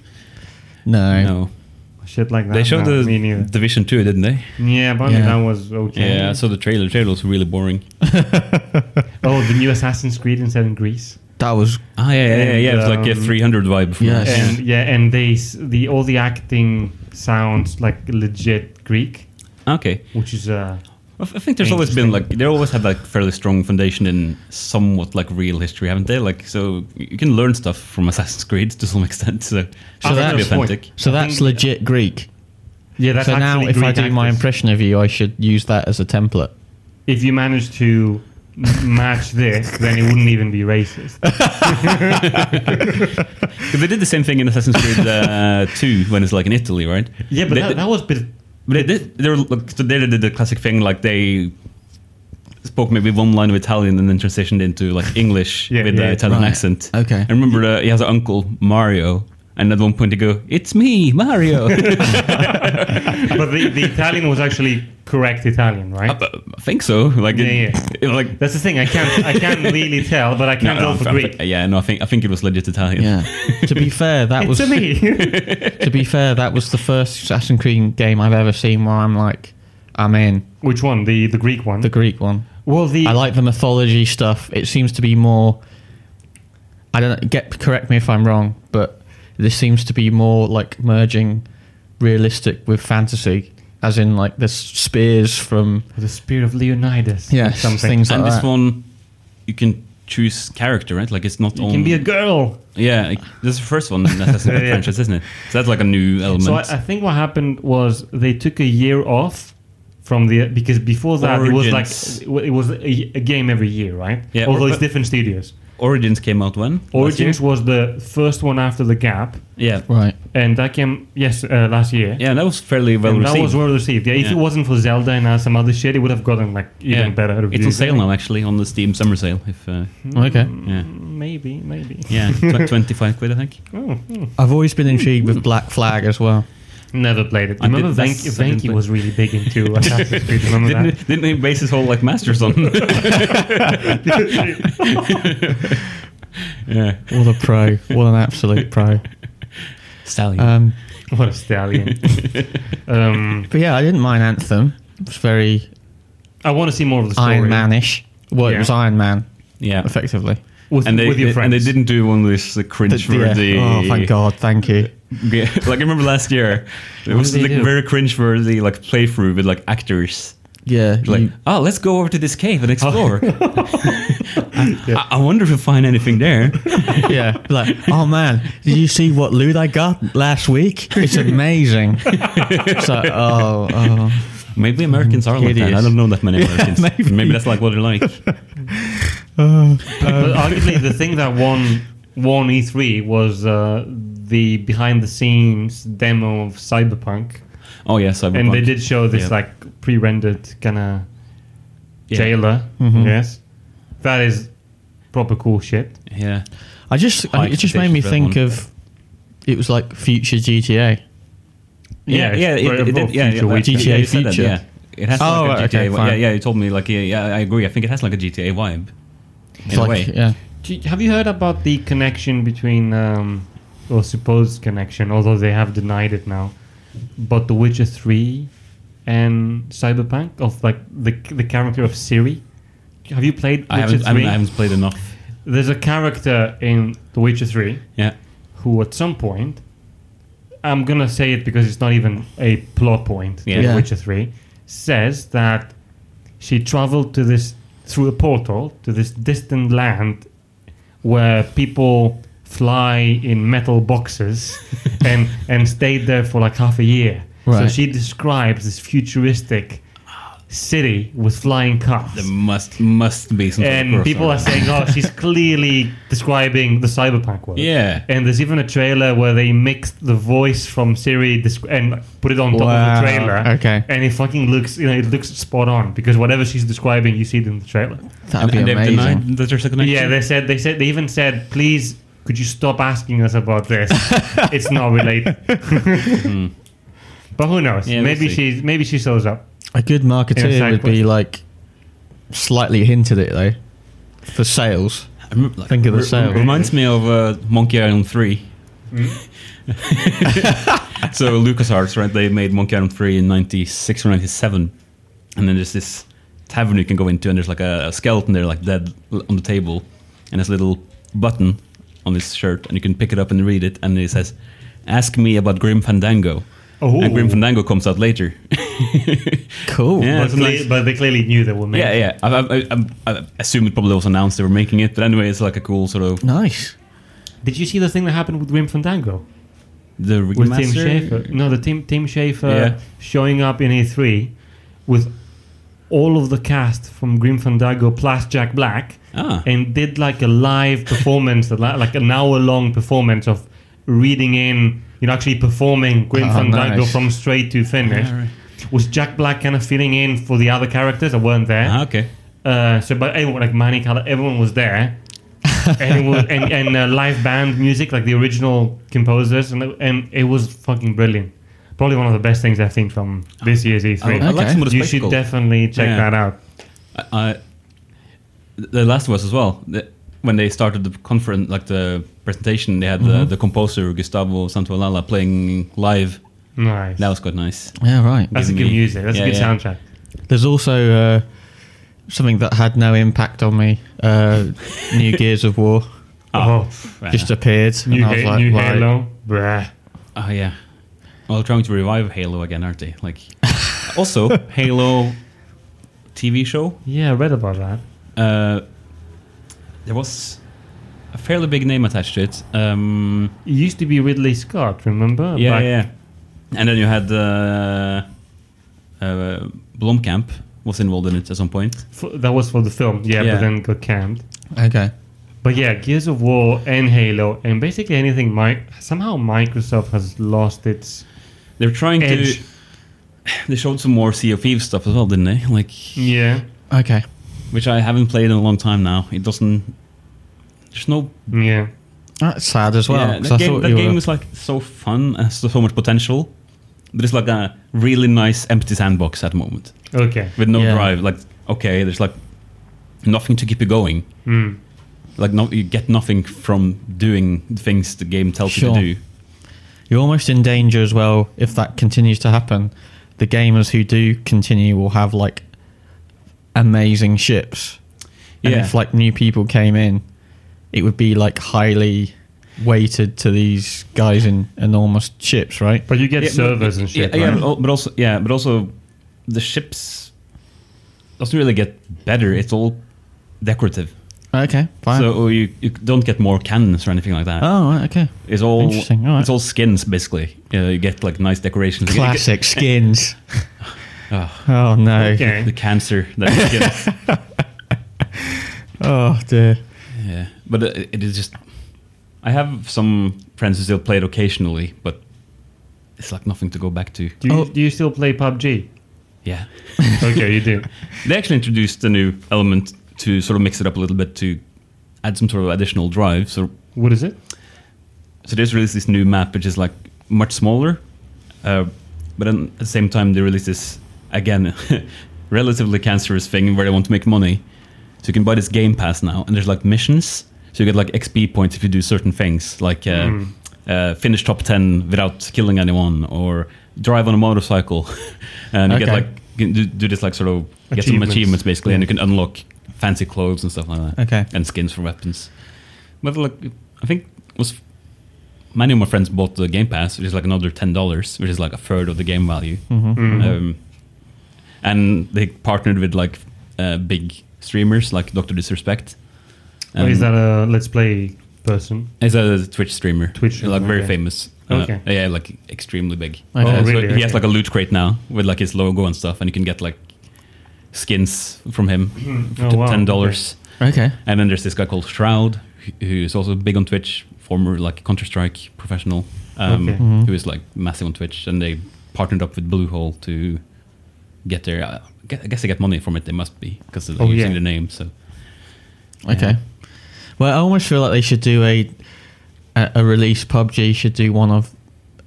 C: no,
A: no.
B: Shit like that.
A: They showed
B: No,
A: the
B: me neither.
A: Division 2, didn't they?
B: Yeah, apparently
C: Yeah.
B: that was okay.
A: Yeah, I saw the trailer. The trailer was really boring.
B: oh, the new Assassin's Creed instead in Greece.
C: that was
A: Ah, yeah, yeah, yeah. yeah. It was like a
B: Um,
A: 300 vibe. for
C: Yes.
A: us.
B: And yeah, and they s- the all the acting sounds like legit Greek,
A: Okay.
B: which is uh
A: I f- I think there's always been like
B: Interesting.
A: they always had like fairly strong foundation in somewhat like real history, haven't they? Like so you can learn stuff from Assassin's Creed to some extent. So should
B: Ah, that's
A: that be
B: a point.
A: authentic?
C: so.
B: I
C: That's
B: think-
C: legit Greek.
B: yeah. That's
C: so now,
B: actually
C: if I
B: Greek
C: do my
B: actors.
C: impression of you, I should use that as a template.
B: if you manage to match this, then it wouldn't even be racist.
A: 'Cause they did the same thing in Assassin's Creed uh, Two when it's like in Italy, right?
B: Yeah, but
A: They-
B: that, that was bit.
A: But they did. They were like, so they did the classic thing, like they spoke maybe one line of Italian and then transitioned into like English
B: Yeah,
A: with
B: yeah,
A: the Italian
C: right.
A: accent.
C: Okay.
A: I remember uh, he has an uncle Mario, and at one point they go, "It's me, Mario."
B: But the, the Italian was actually correct Italian, right?
A: I I think so. Like, it-
B: Yeah, yeah.
A: it- like
B: That's the thing. I can't I can't really tell, but I
A: no,
B: can
A: no,
B: tell
A: I'm-
B: for
A: I'm-
B: Greek.
A: Yeah, no, I think I think it was legit Italian.
C: Yeah. to be fair, that was
B: It's a me.
C: to be fair, that was the first Assassin's Creed game I've ever seen where I'm like, I'm in
B: Which one? The the Greek one.
C: the Greek one.
B: well, the
C: I like the mythology stuff. It seems to be more. I don't know, get correct me if I'm wrong, but this seems to be more like merging realistic with fantasy, as in like the spears from
B: the spear of Leonidas.
C: yeah
B: something.
C: things like
A: and this
C: that.
A: one, you can choose character, right? Like, it's not
B: You
A: on.
B: can be a girl.
A: yeah, like, this is the first one in Assassin's Creed
B: Yeah.
A: franchise, isn't it? So that's like a new element.
B: So I, I think what happened was they took a year off from the because before that
A: Origins.
B: it was like it was a, a game every year, right?
A: Yeah,
B: Although
A: or-
B: it's different studios.
A: Origins came out when? Last
B: Origins
A: year?
B: was the first one after the Gap,
A: Yeah.
C: right.
B: and that came yes uh, last year.
A: Yeah, that was fairly well
B: and that
A: received.
B: was well received. Yeah, if
A: Yeah.
B: it wasn't for Zelda and uh, some other shit, it would have gotten like even
A: yeah,
B: better reviews.
A: it's on sale now actually on the Steam summer sale. If uh,
C: Okay.
A: yeah,
B: Maybe, maybe.
A: yeah, it's like twenty-five quid I think.
B: Oh, hmm.
C: I've always been intrigued with Black Flag as well.
B: Never played it.
A: I
B: remember
A: did-
B: Venki,
A: that's- I didn't
B: Venki
A: play-
B: was really big into Assassin's Creed. Remember
A: Didn't,
B: that?
A: it- didn't he base his whole like masters on? yeah,
C: What a pro! What an absolute pro!
A: Stallion.
C: Um,
B: What a stallion. um,
C: but yeah, I didn't mind Anthem. It was very
B: I want to see more of the story.
C: Iron Manish. Well,
B: Yeah.
C: it was Iron Man,
A: yeah.
C: effectively.
B: With,
A: And they,
B: with your
A: they- and
B: friends.
A: they didn't do one of these like,
C: The-
A: cringe
C: yeah.
A: worthy.
C: Oh, thank God! Thank you.
A: Yeah, like I remember last year, it
B: What
A: was
B: did they
A: like
B: do?
A: very cringe worthy like playthrough with like actors.
C: Yeah,
A: Like,
B: Mm.
C: you-
A: oh, let's go over to this cave and explore. I, I- I wonder if we find anything there.
C: yeah. Like, oh man, did you see what loot I got last week? It's amazing. it's like, oh, oh.
B: Mm,
A: Maybe Americans are like that.
C: Hideous.
A: I don't know that many Americans.
C: maybe.
A: maybe. that's like what they're like.
B: but arguably, the thing that won won E3 was uh, the behind the scenes demo of Cyberpunk,
A: Oh yes, Cyberpunk.
B: and they did show this
A: Yeah.
B: like pre-rendered kind of
A: Yeah. Mm-hmm.
B: jailer.
C: Mhm.
B: Yes, that is proper cool shit.
A: Yeah,
C: I just,
A: High
C: I, it just made me
A: expectations for that
C: think
A: one.
C: of. It was like future GTA.
A: yeah, yeah,
B: it's
A: it-
B: very-
A: it did-
B: both
A: yeah,
B: future
A: yeah,
B: weeks.
C: GTA
A: yeah, you said that,
C: feature.
A: yeah. It has
C: Oh,
A: like a
C: right,
A: GTA.
C: okay,
A: vibe.
C: fine.
A: yeah, yeah. You told me like yeah, yeah. I agree. I think it has like a GTA vibe.
C: It's
A: In a
C: like,
A: way.
C: yeah.
B: Do you- Have you heard about the connection between, um, or supposed connection, although they have denied it now, but The Witcher 3 and Cyberpunk, of like the, the character of Siri? Have you played Witcher
A: I haven't,
B: 3?
A: I, haven't, I haven't played enough.
B: There's a character in The Witcher 3
A: Yeah.
B: who, at some point, I'm gonna say it because it's not even a plot point
A: Yeah.
B: in The
C: Yeah.
B: Witcher 3, says that she traveled to this through a portal to this distant land where people fly in metal boxes and and stayed there for like half a year. So
C: Right.
B: she describes this futuristic city with flying cars
A: There must must be some. sort of
B: and people
A: crossover.
B: are saying, "Oh, she's clearly describing the cyberpunk world."
A: Yeah.
B: And there's even a trailer where they mixed the voice from Siri desc- and put it on top
C: Wow,
B: of the trailer.
C: okay.
B: And it fucking looks, you know, it looks spot on because whatever she's describing, you see it in the trailer.
C: That'd be
A: they've
C: amazing.
A: denied that there's a connection.
B: Yeah, they said they said they even said, "Please, could you stop asking us about this? it's not related." But who knows?
A: Hmm. Yeah, we'll
B: maybe
A: see.
B: she's maybe she shows up.
C: A good
B: Yeah,
C: marketeer would
B: exactly.
C: be like slightly hinted at it though for sales.
A: I remember, like,
C: Think of the
A: re-
C: sale.
A: Reminds me of uh, Monkey Island 3. so LucasArts, right? They made Monkey Island 3 in 96 or 97. And then there's this tavern you can go into and there's like a, a skeleton there like dead l- on the table. And there's a little button on his shirt and you can pick it up and read it. And it says, ask me about Grim Fandango.
B: Oh.
A: And Grim Fandango comes out later.
C: Cool.
A: Yeah.
B: but,
A: it's
B: cle-
A: nice.
B: but they clearly knew they were making.
A: yeah, yeah. I, I, I, I assume it probably was announced they were making it. But anyway, it's like a cool sort of...
C: Nice.
B: Did you see the thing that happened with Grim Fandango?
A: The
B: with Tim
A: remaster?
B: Schafer. No, the Tim Tim Schafer
A: Yeah.
B: showing up in E3 with all of the cast from Grim Fandango plus Jack Black,
A: Ah.
B: and did like a live performance, a li- like an hour long performance of reading in, you know, actually performing Grim
C: Oh,
B: Fandango
C: nice.
B: from straight to finish.
A: Yeah, Ah, right.
B: Was Jack Black kind of filling in for the other characters that weren't there?
A: Ah, okay.
B: Uh, so, but everyone, like Manny Cala, everyone was there. and it was, and, and uh, live band music, like the original composers, and it, and it was fucking brilliant. Probably one of the best things I've seen from this year's E3.
A: Oh, I, I like
C: Okay.
A: some of the
B: you should
A: spectacle.
B: definitely check
A: Yeah.
B: that out.
A: I, I- the Last of Us as well. The, when they started the conference, like the presentation, they had the, the composer Gustavo Santaolalla playing live.
B: Nice.
A: That was quite nice.
C: Yeah, right.
B: That's
A: Give
B: a good
A: me-
B: music. That's
A: yeah,
B: a good
A: yeah.
B: soundtrack.
C: There's also uh, something that had no impact on me. Uh, new Gears of War
A: Ah.
B: Oh,
C: just appeared,
B: new,
C: and I was
B: Ha-
C: like,
B: new
C: right.
B: Halo. Bruh.
A: oh yeah. Well, trying to revive Halo again, aren't they? Like, also Halo TV show.
B: Yeah, I read about that.
A: Uh, there was a fairly big name attached to it. Um,
B: It used to be Ridley Scott, remember?
A: yeah,
B: Back-
A: yeah. And then you had uh, uh, Blomkamp was involved in it at some point.
B: f- that was for the film. Yeah,
A: Yeah.
B: but then got canned.
C: Okay.
B: But yeah, Gears of War and Halo and basically anything. Mi- somehow Microsoft has lost its
A: They're trying
B: edge.
A: to. They showed some more Sea of Thieves stuff as well, didn't they? Like,
B: Yeah,
C: Okay.
A: which I haven't played in a long time now. It doesn't. There's no.
B: yeah.
C: That's sad as well.
A: yeah,
C: 'cause
A: that
C: I
A: game,
C: thought
A: that
C: you
A: game
C: were,
A: is like so fun and has so much potential, but it's like a really nice empty sandbox at the moment
B: Okay.
A: with no
C: Yeah.
A: drive. Like, okay, there's like nothing to keep you going.
B: Mm.
A: Like, no, you get nothing from doing the things the game tells
C: Sure.
A: you to do.
C: You're almost in danger as well if that continues to happen. The gamers who do continue will have like amazing ships. And
A: Yeah.
C: if like new people came in, it would be like highly weighted to these guys in enormous ships, right?
B: But you get
A: Yeah, but-
B: servers and shit.
A: Yeah, yeah,
B: right?
A: but al- but also yeah, but also the ships doesn't really get better. It's all decorative.
C: Okay, fine.
A: So you, you don't get more cannons or anything like that.
C: oh, right, okay.
A: It's all
C: Interesting, alright.
A: it's all skins basically. You, know, you get like nice decorations. You get- you get-
C: Classic skins.
A: Oh,
C: Oh no.
B: Okay.
A: the cancer that you get.
C: Oh dear.
A: yeah, but uh, it is just. I have some friends who still play it occasionally, but it's like nothing to go back to.
B: Do you,
C: Oh.
B: do you still play PUBG?
A: Yeah,
B: okay, you do.
A: they actually introduced a new element to sort of mix it up a little bit to add some sort of additional drive. So
B: What is it?
A: so they just released this new map which is like much smaller uh, but then at the same time they released this again relatively cancerous thing where they want to make money so you can buy this game pass now and there's like missions so you get like xp points if you do certain things like uh,
C: Hmm.
A: uh, finish top 10 without killing anyone or drive on a motorcycle and you get
C: Okay.
A: like you can do, do this like sort of get some
B: Achievements.
A: achievements basically and you can unlock fancy clothes and stuff like that
C: Okay.
A: and skins for weapons. But like, I think it was many of my friends bought the Game Pass, which is like another ten dollars, which is like a third of the game value.
B: Mm-hmm.
A: Um, and they partnered with like uh, big streamers like Doctor Disrespect. Um,
B: Or
C: Um,
B: is that a let's play person?
A: He's a Twitch streamer.
B: Twitch
A: like very
B: okay.
A: famous. Uh,
B: Okay.
A: Yeah, like extremely big.
C: Oh,
A: Uh, so
B: really?
A: he has
B: Okay.
A: like a loot crate now with like his logo and stuff, and you can get like skins from him for
B: Oh,
A: t-
B: wow.
A: ten dollars.
C: Okay.
A: And then there's this guy called Shroud, who- who is also big on Twitch, former like Counter Strike professional, um,
B: Okay.
A: who is like massive on Twitch, and they partnered up with Bluehole to get their. Uh, I gue- I guess they get money from it. They must be because they're
B: Oh,
A: using
B: yeah.
A: the name. So
C: Okay. Well, I almost feel like they should do a a, a release. PUBG should do one of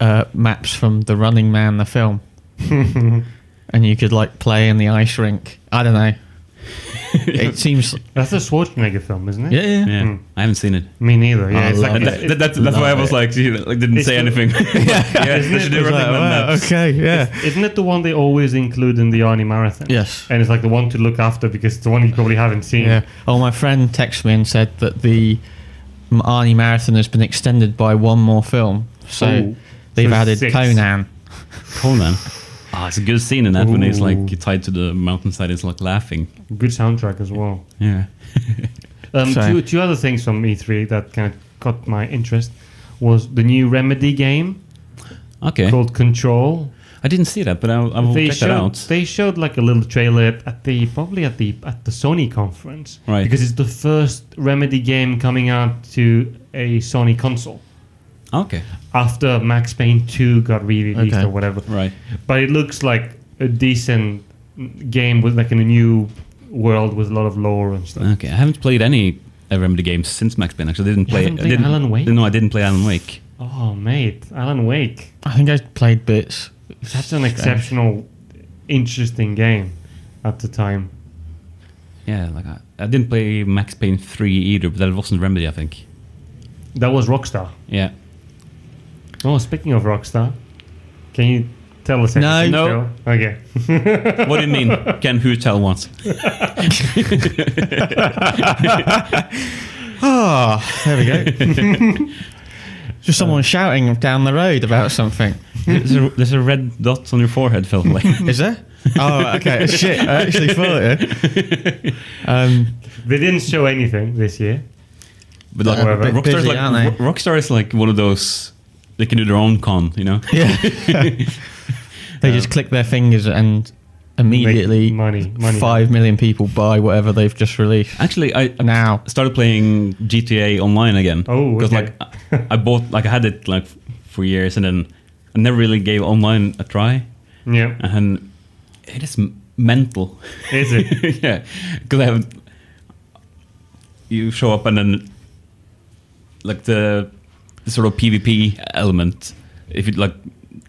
C: uh, maps from The Running Man, the film, and you could like play in the ice rink. I don't know. it seems.
B: That's a Schwarzenegger film, isn't it?
C: Yeah, yeah.
A: yeah,
B: Mm.
A: I haven't seen it.
B: Me neither. Yeah,
C: I
B: it's like
C: love
A: And
B: it's-
A: that, that, that's that's why I was like, you know, like didn't
B: It's
A: say
B: the-
A: anything. yeah,
B: Isn't
A: they
B: it-
A: should do
B: it's
A: everything
B: like,
A: on
C: Wow,
A: maps.
C: okay. Yeah.
B: it's- Isn't it the one they always include in the Arnie Marathon?
C: Yes.
B: And it's like the one to look after because it's the one you probably haven't seen.
C: Yeah. Oh, my friend texted me and said that the M- Arnie Marathon has been extended by one more film, so
B: Ooh.
C: they've
B: So
C: added
B: six.
C: Conan.
A: Conan. Ah, it's a good scene in that when he's
B: Ooh.
A: like tied to the mountainside. He's like laughing.
B: Good soundtrack as well.
A: Yeah.
B: Um,
C: So-
B: two, two other things from E3 that kind of caught my interest was the new Remedy game
A: Okay.
B: called Control.
A: I didn't see that, but I'll, I will
B: they
A: Eh? check
B: showed
A: that out.
B: they showed like a little trailer at the probably at the at the Sony conference,
A: Right.
B: Because it's the first Remedy game coming out to a Sony console
A: Okay.
B: after Max Payne Two got re-released
C: Okay.
B: or whatever.
A: Right.
B: But it looks like a decent game with like in a new world with a lot of lore and stuff.
A: Okay, I haven't played any uh, Remedy games since Max Payne. Actually, I didn't play.
B: haven't
A: I
B: played
A: didn't,
B: Alan Wake?
A: No, I didn't play Alan Wake.
B: Oh mate, Alan Wake.
C: I think I played bits.
B: That's an exceptional, interesting game at the time.
A: Yeah, like I, I didn't play Max Payne three either, but that wasn't Remedy, I think.
B: That was Rockstar.
A: Yeah.
B: Oh, speaking of Rockstar, can you tell us
C: No.
B: anything?
A: No.
B: Phil? Okay.
A: What do you mean? Can who tell once?
C: Ah, there we go. Just someone shouting down the road about something.
A: There's a, there's a red dot on your forehead, Phil. Like,
C: Is there? Oh, okay. Shit, I actually thought it. Um,
B: They didn't show anything this year.
A: but like,
B: They're a bit
A: Rockstar is
C: busy,
A: like
C: aren't they?
A: Ro- Rockstar is like one of those. They can do their own con, you know.
C: yeah. they just click their fingers and immediately
B: Um, Make money, money.
C: five million people buy whatever they've just released.
A: Actually, I, I
C: Now.
A: started playing GTA Online again.
B: Oh,
A: because
B: okay.
A: like I- I bought like I had it like f- for years, and then I never really gave online a try.
B: Yeah.
A: and it is m- mental.
B: Is it?
A: yeah, because I have you show up and then like the, the sort of PvP element. If you like,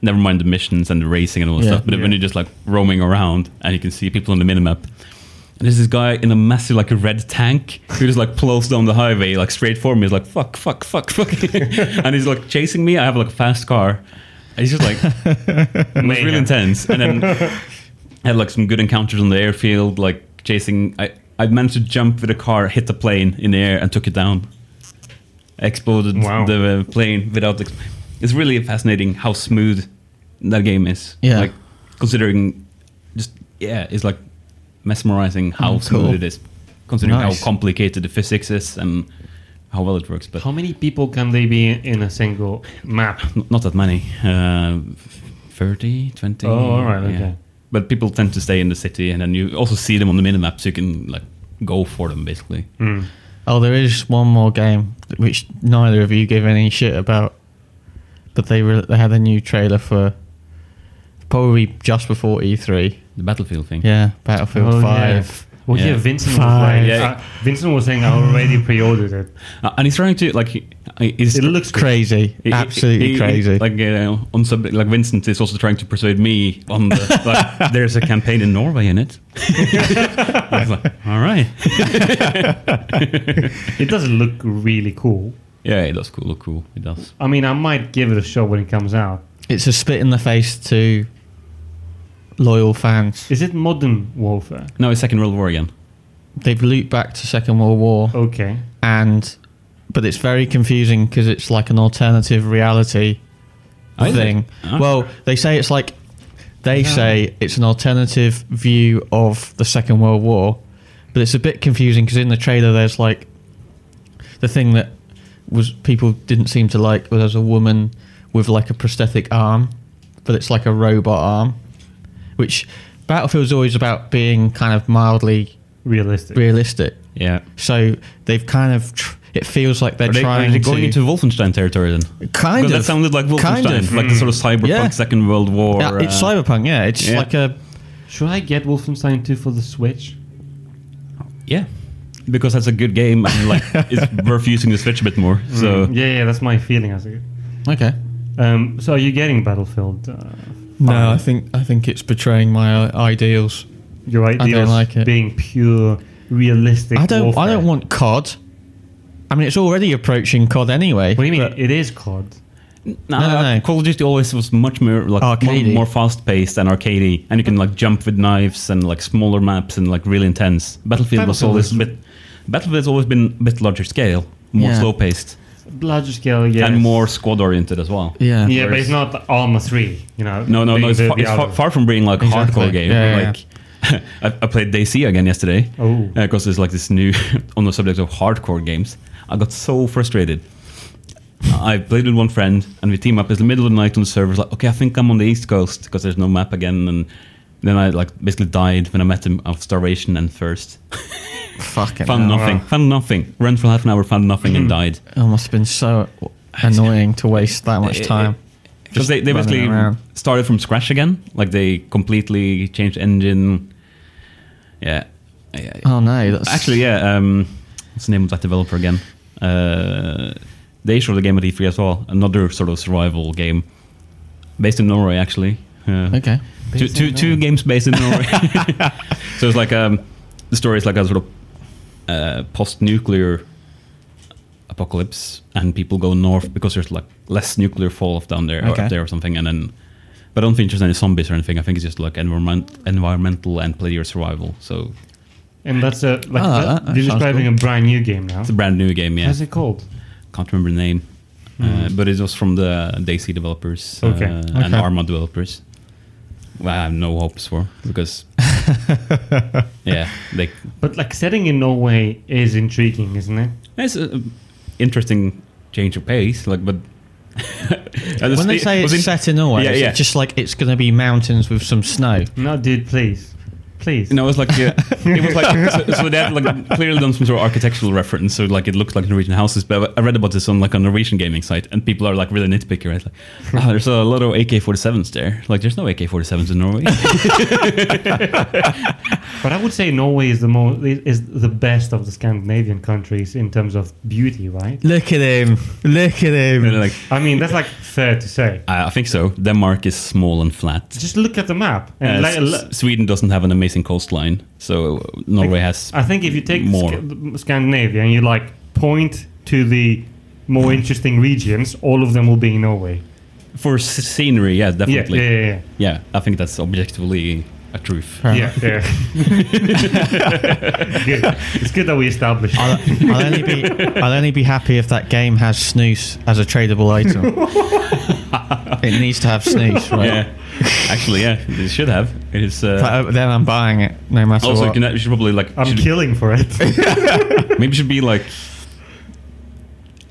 A: never mind the missions and the racing and all that
C: Yeah.
A: stuff, but when
B: Yeah.
A: you're just like roaming around and you can see people on the minimap, And there's this guy in a massive like a red tank who just like plows down the highway like straight for me. He's like fuck, fuck, fuck, fuck, and he's like chasing me. I have like a fast car. And he's just like it was really intense. And then I had like some good encounters on the airfield, like chasing. I I managed to jump with a car, hit the plane in the air, and took it down. I exploded
B: Wow.
A: the uh, plane without. Ex- it's really fascinating how smooth that game is.
C: Yeah.
A: Like considering, just yeah, it's like mesmerizing how
C: Oh,
A: smooth
C: cool.
A: it is, considering
C: Nice.
A: how complicated the physics is and how well it works. But
B: How many people can they be in a single map?
A: N- not that many uh, 30 20
B: Oh, all right, okay.
A: but people tend to stay in the city and then you also see them on the minimap so you can like go for them basically
B: Hmm.
C: Oh, there is one more game which neither of you give any shit about, but they re- they had a new trailer for probably just before E E3.
A: the battlefield thing
C: Yeah, Battlefield
B: Oh, yeah.
C: Five.
B: Well, yeah,
A: Yeah.
B: Vincent
C: Five.
B: was like,
A: Yeah.
B: uh, Vincent was saying I already pre-ordered it.
A: Uh, and he's trying to like he- he- he's
B: It looks good.
C: Crazy,
A: he- he-
C: absolutely
A: he- he-
C: crazy.
A: Like uh, on subject, like Vincent is also trying to persuade me on the like, there's a campaign in Norway in it. I was like, all right,
B: It does look really cool.
A: yeah, it does cool, look cool, it does.
B: I mean, I might give it a shot when it comes out.
C: it's a spit in the face to loyal fans.
B: Is it Modern Warfare?
A: No, it's Second World War again.
C: They've looped back to Second World War.
B: Okay.
C: and but it's very confusing because it's like an alternative reality
A: Is it?
C: thing.
A: Ah.
C: Well, they say it's like they say it's an alternative view of the Second World War, but it's a bit confusing because in the trailer there's like the thing that was people didn't seem to like was there's a woman with like a prosthetic arm, but it's like a robot arm, which Battlefield's always about being kind of mildly
B: Realistic.
C: realistic.
A: Yeah,
C: So they've kind of. Tr- it feels like they're
A: are they,
C: trying
A: are they
C: to
A: going into Wolfenstein territory then?
C: kind of
A: Because that sounded like Wolfenstein,
C: Kind of. Hmm.
A: like the sort of cyberpunk
C: Yeah.
A: Second World War.
C: Yeah, it's
A: uh,
C: cyberpunk. Yeah, it's
A: yeah.
C: like a
B: Should I get Wolfenstein 2 for the Switch?
A: yeah, because that's a good game and like it's worth using the Switch a bit more.
C: Hmm.
A: So
B: yeah, yeah, that's my feeling. I think.
C: okay.
B: Um, so are you getting Battlefield? Uh,
C: No, I think I think it's betraying my uh, ideals.
B: your
C: don't
B: ideas
C: like it.
B: being pure, realistic.
C: I don't.
B: Warfare.
C: I don't want COD. I mean, it's already approaching COD anyway.
B: What do you mean?
C: but-
B: It is COD.
A: no, uh,
C: No, no, no.
A: Call of Duty always was much more like
C: Arcadey.
A: more, more fast paced and arcadey, and you can like jump with knives and like smaller maps and like really intense. Battlefield was
B: Battlefield
A: always a
B: is-
A: bit. Battlefield's always been a bit larger scale, more
C: Yeah.
A: slow paced,
B: Larger scale, yeah,
A: and more squad oriented as well.
C: yeah.
B: Yeah, but
A: whereas-
B: it's not Arma Three. You know.
A: No, no, no.
B: being
A: It's,
B: the-
A: far,
B: the
A: it's far,
B: other.
A: far from being like a
C: Exactly.
A: hardcore game.
C: Yeah, yeah,
A: like I, I played DayZ again yesterday.
B: Oh.
A: because there's like this new on the subject of hardcore games. I got so frustrated. I played with one friend, and we team up. It's the middle of the night on the servers. Like, okay, I think I'm on the east coast because there's no map again. And then I like basically died when I met him of starvation and thirst.
C: Fucking.
A: Found
C: hell. Hmm.
A: nothing. Found nothing. Ran for half an hour. Found nothing and died.
C: It must have been so annoying to waste that much
A: It- it-
C: time.
A: because
C: Just
A: they, they
C: running
A: basically
C: around.
A: started from scratch again. Like they completely changed engine. Yeah. Yeah.
C: Oh no, that's
A: Actually, yeah. Um, what's the name of that developer again? Uh, they showed the game at E3 as well. Another sort of survival game based in Norway, actually. Uh,
C: Okay.
A: Two,
B: Based in
A: two, two
B: Norway.
A: games based in Norway. so it's like um, the story is like a sort of uh, post-nuclear apocalypse, and people go north because there's like less nuclear fall off down there or
C: Okay.
A: up there or something, and then. But I don't think there's any zombies or anything. I think it's just like environment, environmental and player survival. So
B: And that's a like
C: Ah,
B: that-
C: that- that
B: you're
C: sounds
B: describing
C: cool.
B: a brand new game now.
A: it's a brand new game. Yeah,
B: How's it called?
A: can't remember the name, uh, but it was from the Daisy developers uh,
B: Okay.
A: and
C: Okay.
A: Arma developers. Well, I have no hopes for because yeah, they
B: But like setting in Norway is intriguing, isn't it?
A: it's an interesting change of pace. Like, but
C: When they say it's set in Norway,
A: Yeah,
C: is it
A: yeah.
C: just like it's going to be mountains with some snow.
B: No, dude, please, please.
A: No, it's like yeah, it was like so, so they had like clearly done some sort of architectural reference, so like it looked like Norwegian houses. But I read about this on like a Norwegian gaming site, and people are like really nitpicky, right? Like, oh, there's a lot of AK-47s there. Like, there's no AK-47s in Norway.
B: But I would say Norway is the more is the best of the Scandinavian countries in terms of beauty, right?
C: Look at him! Look at him!
A: And they're like,
B: I mean, that's like fair to say.
A: I, I think so. Denmark is small and flat.
B: Just look at the map.
A: Uh,
B: And
A: S-
B: like,
A: S- Sweden doesn't have an amazing coastline. So uh, Norway has
B: I think if you take
A: More.
B: Sc- Scandinavia and you like point to the more interesting regions, all of them will be in Norway.
A: for s- scenery. Yeah,
B: Yeah,
A: definitely.
B: yeah, yeah,
A: Yeah, I think that's objectively a truth.
C: Fair
B: yeah.
C: enough.
B: yeah, yeah. good. It's good that we established.
A: Uh,
C: I'll, I'll only be I'll only be happy if that game has snooze as a tradable item. it needs to have snooze, right?
A: Yeah, actually, yeah, it should have. It is. Uh,
C: But, uh, then I'm buying it no matter
A: also, you,
C: what.
A: can, you should probably like
B: I'm
A: should-
B: killing for it.
A: maybe it should be like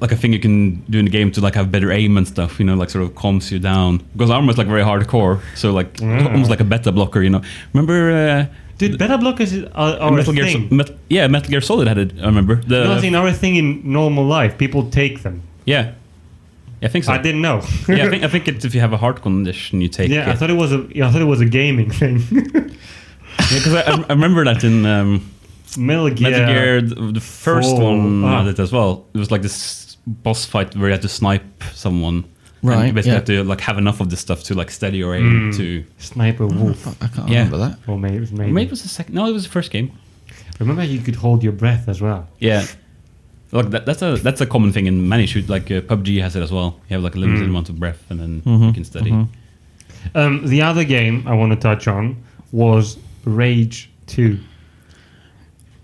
A: like a thing you can do in the game to like have better aim and stuff. You know, like sort of calms you down because armor is like very hardcore. So like
B: Mm.
A: almost like a beta blocker. You know, remember. Uh,
B: Dude, beta blockers is- are, are
A: Metal
B: a
A: Gear, Uh,
B: thing.
A: Sol- Met- yeah, Metal Gear Solid had it. I remember. The,
B: no, I think another thing in normal life, people take them.
A: yeah, yeah, I think so.
B: I didn't know.
A: yeah, I think, I think it's if you have a heart condition, you take
B: Yeah, I
A: it.
B: thought it was a. Yeah, I thought it was a gaming thing.
A: Because I, I remember that in um,
B: Metal Gear.
A: Metal Gear, th- the first
B: Four.
A: one
B: Ah.
A: had it as well. It was like this boss fight where you had to snipe someone. And you
C: Right,
A: basically
C: yeah.
A: had to like have enough of this stuff to like steady your
B: Hmm.
A: aim to.
B: Sniper Wolf.
C: Oh, I can't
A: Yeah.
C: remember that.
B: Or maybe, maybe.
A: Maybe it was the second. No, it was the first game.
B: Remember, you could hold your breath as well.
A: Yeah. Like that, that's a that's a common thing in many shoot. Like uh, PUBG has it as well. You have like a limited
B: Hmm.
A: amount of breath, and then you can steady.
B: Um, the other game I want to touch on was Rage Two.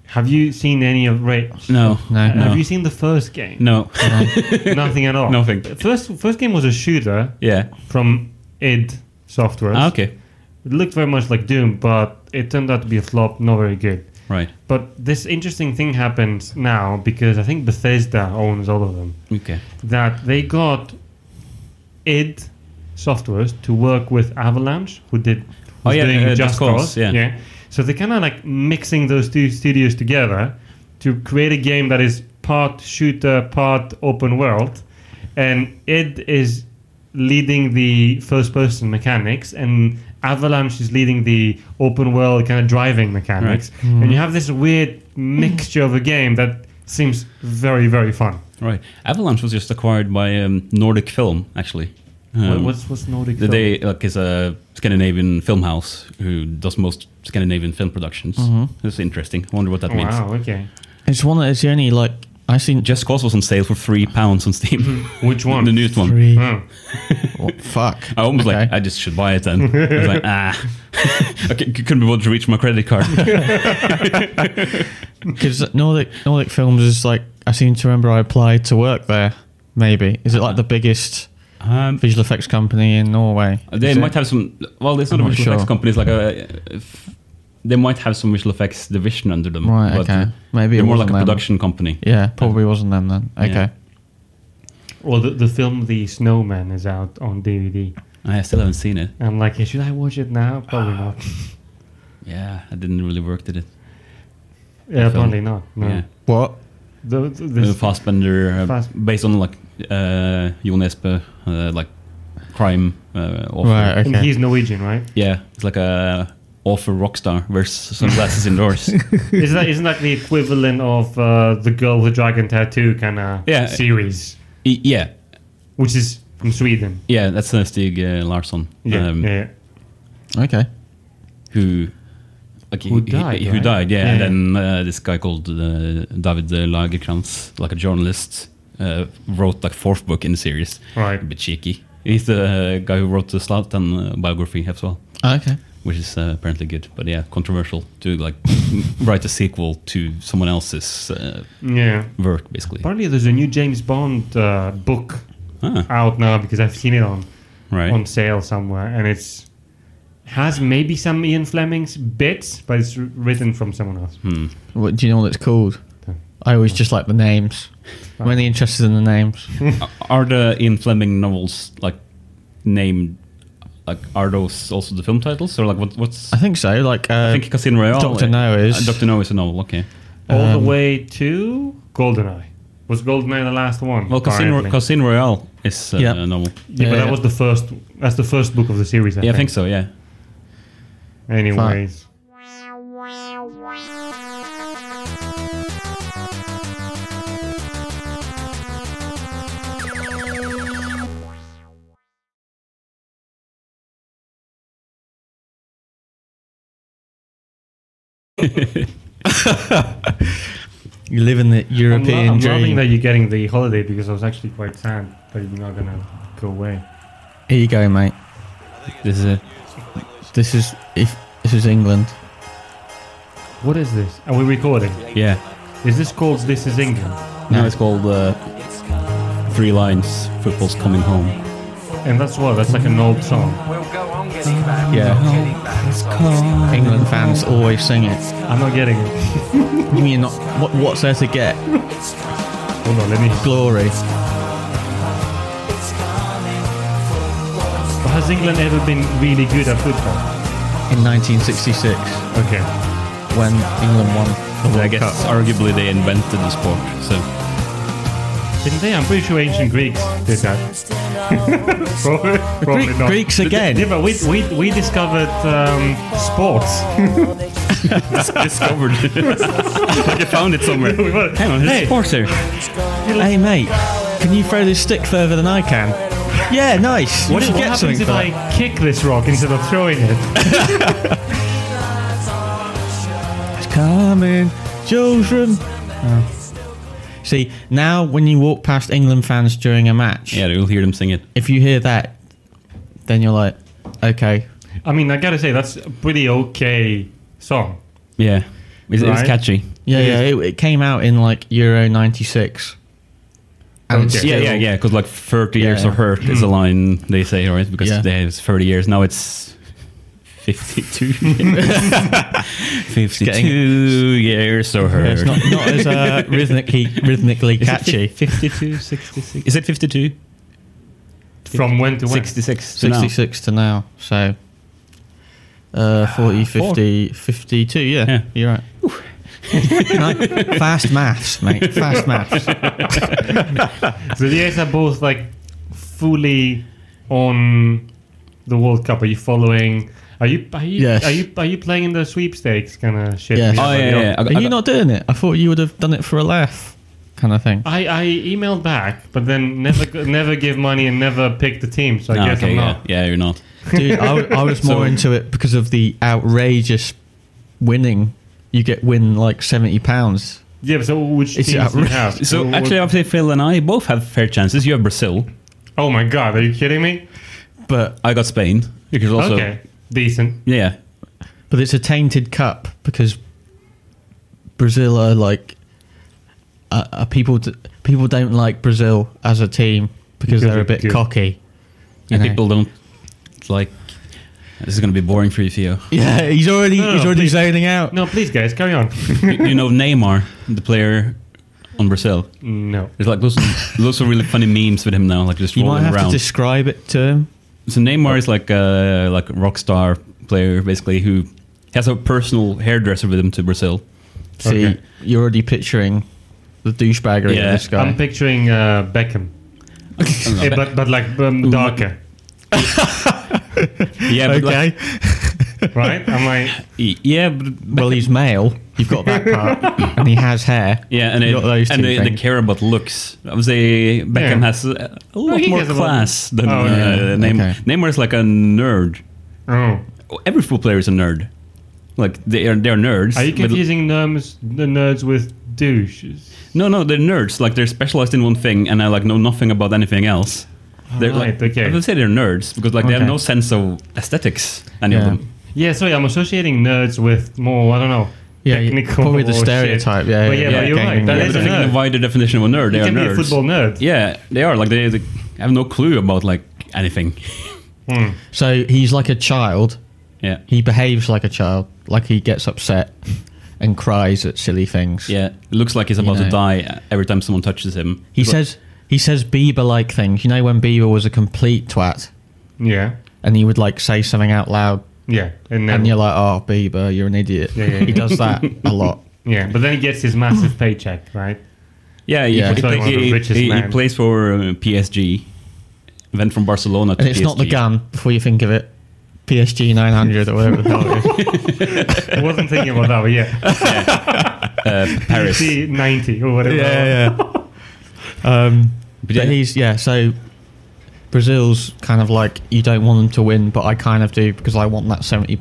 B: Have you seen any of Rage?
A: No,
C: No.
A: no,
B: Have you seen the first game?
A: no.
B: Nothing at all.
A: Nothing.
B: First, first game was a shooter
A: yeah.
B: from id Software.
A: Ah, okay.
B: It looked very much like Doom, but it turned out to be a flop. Not very good.
A: Right.
B: But this interesting thing happens now because I think Bethesda owns all of them.
A: Okay.
B: That they got id softwares to work with Avalanche, who did
A: Oh,
B: who's
A: yeah,
B: doing
A: uh,
B: Just,
A: Just
B: Cause.
A: Cause, yeah.
B: So they're kind of like mixing those two studios together to create a game that is part shooter, part open world, and id is leading the first person mechanics and avalanche is leading the open world kind of driving mechanics and you have this weird mixture of a game that seems very very fun
A: Right. Avalanche was just acquired by um, Nordic Film, actually.
B: What
A: Um,
B: what's what's Nordic?
A: the
B: film?
A: they like is a Scandinavian film house who does most Scandinavian film productions.
C: Mm-hmm.
A: That's interesting. I wonder what that means.
B: Oh, Wow. Okay.
C: It's one that is the only like I seen just
A: Just Cause was on sale for three pounds on Steam.
B: Which one?
A: the newest one.
C: three.
B: Oh.
C: Oh, fuck.
A: I almost like
C: Okay.
A: I just should buy it then. I was like ah, I c- couldn't be bothered to reach my credit card.
C: Because Nordic Nordic Films is like I seem to remember I applied to work there. Maybe is it like the biggest
A: um,
C: visual effects company in Norway?
A: Uh, they
C: Is it?
A: might have some. Well, it's not
C: I'm
A: a
C: not
A: visual
C: sure.
A: effects company. It's like a. if- they might have some visual effects division under them.
C: Right, okay.
A: uh,
C: Maybe it
A: they're more like
C: wasn't
A: a
C: them.
A: production company.
C: Yeah, probably wasn't them then. Okay.
A: Yeah.
B: Well, the, the film The Snowman is out on DVD.
A: I still haven't seen it.
B: I'm like, should I watch it now? Probably
A: Ah,
B: not.
A: Yeah, I didn't really work, did it?
B: Yeah,
A: film.
B: apparently not. No.
A: Yeah.
C: What?
B: The, the,
A: Uh,
B: this,
A: Fassbender, uh,
B: Fass-
A: based on like uh, Jon Espe, uh, like crime uh, author.
C: Right.
B: and
C: Okay.
B: he's Norwegian, right?
A: Yeah, it's like a author rock star wears sunglasses indoors.
B: Is that isn't that the equivalent of uh, the girl with dragon tattoo kind of
A: Yeah.
B: series,
A: Y- yeah,
B: which is from Sweden?
A: yeah, that's uh, Stig uh, Larsson,
B: Yeah, yeah, yeah.
C: Okay.
A: who. Like
B: Who died,
A: Who
B: right?
A: died? Yeah,
B: Yeah,
A: and
B: yeah.
A: then uh, this guy called uh, David uh, Lagerkrantz, like a journalist, uh, wrote like fourth book in the series.
B: Right.
A: a bit cheeky. He's the uh, guy who wrote the Slatan uh, biography as well.
C: Okay.
A: which is uh, apparently good, but yeah, controversial to like write a sequel to someone else's uh,
B: yeah.
A: work, basically.
B: Apparently, there's a new James Bond uh, book
A: Ah,
B: out now because I've seen it on
A: right.
B: on sale somewhere, and it's has maybe some Ian Fleming's bits, but it's written from someone else.
A: Hmm.
C: What, do you know what it's called? I always just like the names. I'm only interested in the names.
A: Are the Ian Fleming novels like named? Like, are those also the film titles, or like what, what's?
C: I think so. Like, uh,
A: I think Casino Royale. Uh,
C: Dr. No is-
A: Doctor No is a novel. Okay.
B: All
C: Um,
B: the way to Goldeneye. Was Goldeneye the last one?
A: Well, Casino,
B: apparently?
A: Casino Royale is uh,
C: Yeah.
A: a novel.
B: yeah, but
C: Yeah,
B: that
C: yeah.
B: was the first. That's the first book of the series. I
A: Yeah, I think
B: think.
A: so. Yeah.
B: Anyways,
C: You live in the
B: I'm, lo-
C: European
B: I'm loving
C: dream.
B: that you're getting the holiday because I was actually quite sad that you're not gonna go away.
C: Here you go, mate.
A: This is it.
C: This is if this is England.
B: What is this? Are we recording?
A: Yeah.
B: Is this called This Is England?
A: Now it's called uh, Three Lines Football's Coming Home.
B: And that's what. That's like an old song.
D: We'll go on getting back.
C: Yeah.
D: Getting back.
C: England fans always sing it.
B: I'm not getting it.
C: You mean not? What, what's there to get?
B: Hold on, let me.
C: Glory.
B: Has England ever been really good at football?
C: In 1966,
B: Okay.
C: when England won
A: I
C: the World
A: guess
C: Cup.
A: arguably they invented the sport. So
B: Didn't they? I'm pretty sure ancient Greeks did that. probably, probably
C: Greek-
B: not.
C: Greeks
B: But-
C: again?
B: Yeah, but we, we, we discovered um, sports.
A: discovered. like you found it somewhere.
B: We were-
A: Hang on, there's
B: Hey.
A: a sports here.
C: Hey, mate, can you throw this stick further than I can? Yeah, nice. You
B: What,
C: should
B: what
C: get
B: happens
C: something
B: if
C: for
B: I
C: that.
B: kick this rock instead of throwing it?
C: It's coming, children. Oh. See, now when you walk past England fans during a match,
A: Yeah, you'll hear them sing it.
C: if you hear that, then you're like, okay,
B: I mean, I gotta say, that's a pretty okay song.
A: Yeah, it's, it's
B: Right.
A: catchy.
C: yeah,
B: It
C: yeah. It, it came out in like Euro '96.
A: Oh,
B: Okay.
C: And
A: Yeah,
C: still-
A: yeah, yeah. Because like 30 years
C: Yeah.
A: of hurt is
B: Hmm.
A: a line they say, right? Because
C: Yeah.
A: they it's 30 years now. It's 52. 52 years of
C: Yeah,
A: hurt.
C: It's not, not as uh, rhythmically rhythmically catchy.
A: 52, 66. Is it 52?
B: From when to when?
A: 66. to now.
C: 66 to now, so uh, 40, 50, 52, yeah,
A: Ah, Yeah.
C: you're right. Ni- fast maths, mate. Fast maths.
B: So the years are both like fully on the World Cup. Are you following? Are you are you
C: Yes.
B: are you are you playing in the sweepstakes kind of shit?
C: Yes.
B: You know,
A: Oh,
B: like,
A: yeah,
B: you know,
A: yeah. I,
C: Are
A: I,
C: you not doing it? I thought you would have done it for a laugh, kind of thing.
B: I, I emailed back, but then never never give money and never pick the team. So I
A: no,
B: guess
A: Ah, okay,
B: I'm
A: yeah,
B: not.
A: yeah, you're not.
C: Dude, I, w- I was more
A: So-
C: into it because of the outrageous winning. You get win like seventy pounds.
B: Yeah. so which
C: It's
B: teams do you
C: outrageous.
B: have?
A: So
B: Wh-
A: actually, I'd say Phil and I both have fair chances. You have Brazil.
B: oh my god, are you kidding me?
C: But
A: I got Spain. Because also,
B: okay, decent.
A: yeah,
C: but it's a tainted cup because Brazil are like uh, uh, people. D- people don't like Brazil as a team because,
B: Because
C: they're a
B: they're
C: bit
B: good.
C: cocky.
A: and
C: you know.
A: people don't like. This is going to be boring for you, Theo.
C: Yeah, he's already
B: No, no,
C: he's already
B: please.
C: zoning out.
B: No, please guys, carry on.
A: you, you know Neymar, the player on Brazil.
B: no.
A: There's like loads, loads of really funny memes with him now, like just
C: you might
A: rolling
C: have
A: around.
C: to describe it to him.
A: so Neymar is like a like a rock star player, basically, who has a personal hairdresser with him to Brazil.
C: See,
B: Okay.
C: you're already picturing the douchebaggery
A: Yeah.
C: of this guy.
B: I'm picturing uh, Beckham, Eh, but but like um, darker,
A: yeah, but like,
B: right? I'm like,
A: y- yeah, but,
C: well, he's male. You've got that part, and he has hair.
A: yeah, and
C: You got
A: it,
C: those
A: and
C: two
A: they, they
C: things.
A: care about looks. I would say Beckham
B: Yeah.
A: has a a lot
B: he
A: more
B: cares about-
A: class than
B: Oh,
A: uh,
B: yeah.
A: Neymar.
C: Okay.
A: Neymar is like a nerd.
B: oh.
A: Every football player is a nerd. Like they are, they're nerds.
B: Are you
A: but-
B: confusing nerds, the nerds with douches?
A: No, no, they're nerds. Like they're specialized in one thing, and I like know nothing about anything else. They're
B: Right,
A: like,
B: Ah, okay.
A: I would say they're nerds because like they have
C: Okay.
A: no sense of aesthetics. Any
C: Yeah.
A: of them.
B: Yeah, sorry, I'm associating nerds with more, I don't know,
C: Yeah, you-
B: technical.
C: probably the
B: or shit.
C: stereotype, yeah,
B: But yeah,
C: yeah,
B: but
C: yeah,
B: you're right.
C: gaming,
B: That
C: yeah.
A: Yeah,
B: is
A: but
B: a
A: I think the
B: nerd.
A: wider definition of a nerd,
B: You
A: they
B: can
A: are
B: be a
A: nerds.
B: football nerd.
A: Yeah, they are. Like they, they have no clue about like anything.
C: So he's like a child.
A: Yeah,
C: He behaves like a child. Like he gets upset and cries at silly things.
A: yeah. It looks like he's about
C: know.
A: to die every time someone touches him.
C: He
A: It's like-
C: says he says Bieber-like things. You know when Bieber was a complete twat,
B: Yeah,
C: and he would like say something out loud,
B: yeah. And then,
C: and you're like, "Oh, Bieber, you're an idiot."
B: Yeah, yeah,
C: He
B: yeah.
C: does that a lot.
B: yeah, but then he gets his massive paycheck, right?
A: "Yeah, he,
C: Yeah.
A: he,
C: He's
B: like one of the
A: he-
B: richest
A: he- he
B: man.
A: plays for uh, PSG." Went from Barcelona to
C: And it's not the
A: PSG.
C: gun, before you think of it. PSG 900 or whatever the hell it is.
B: I wasn't thinking about that, but yeah.
A: uh, Paris.
B: PC 90 or whatever.
C: yeah. um, but
A: yeah.
C: he's, yeah, so Brazil's kind of like, you don't want them to win, but I kind of do because I want that £70.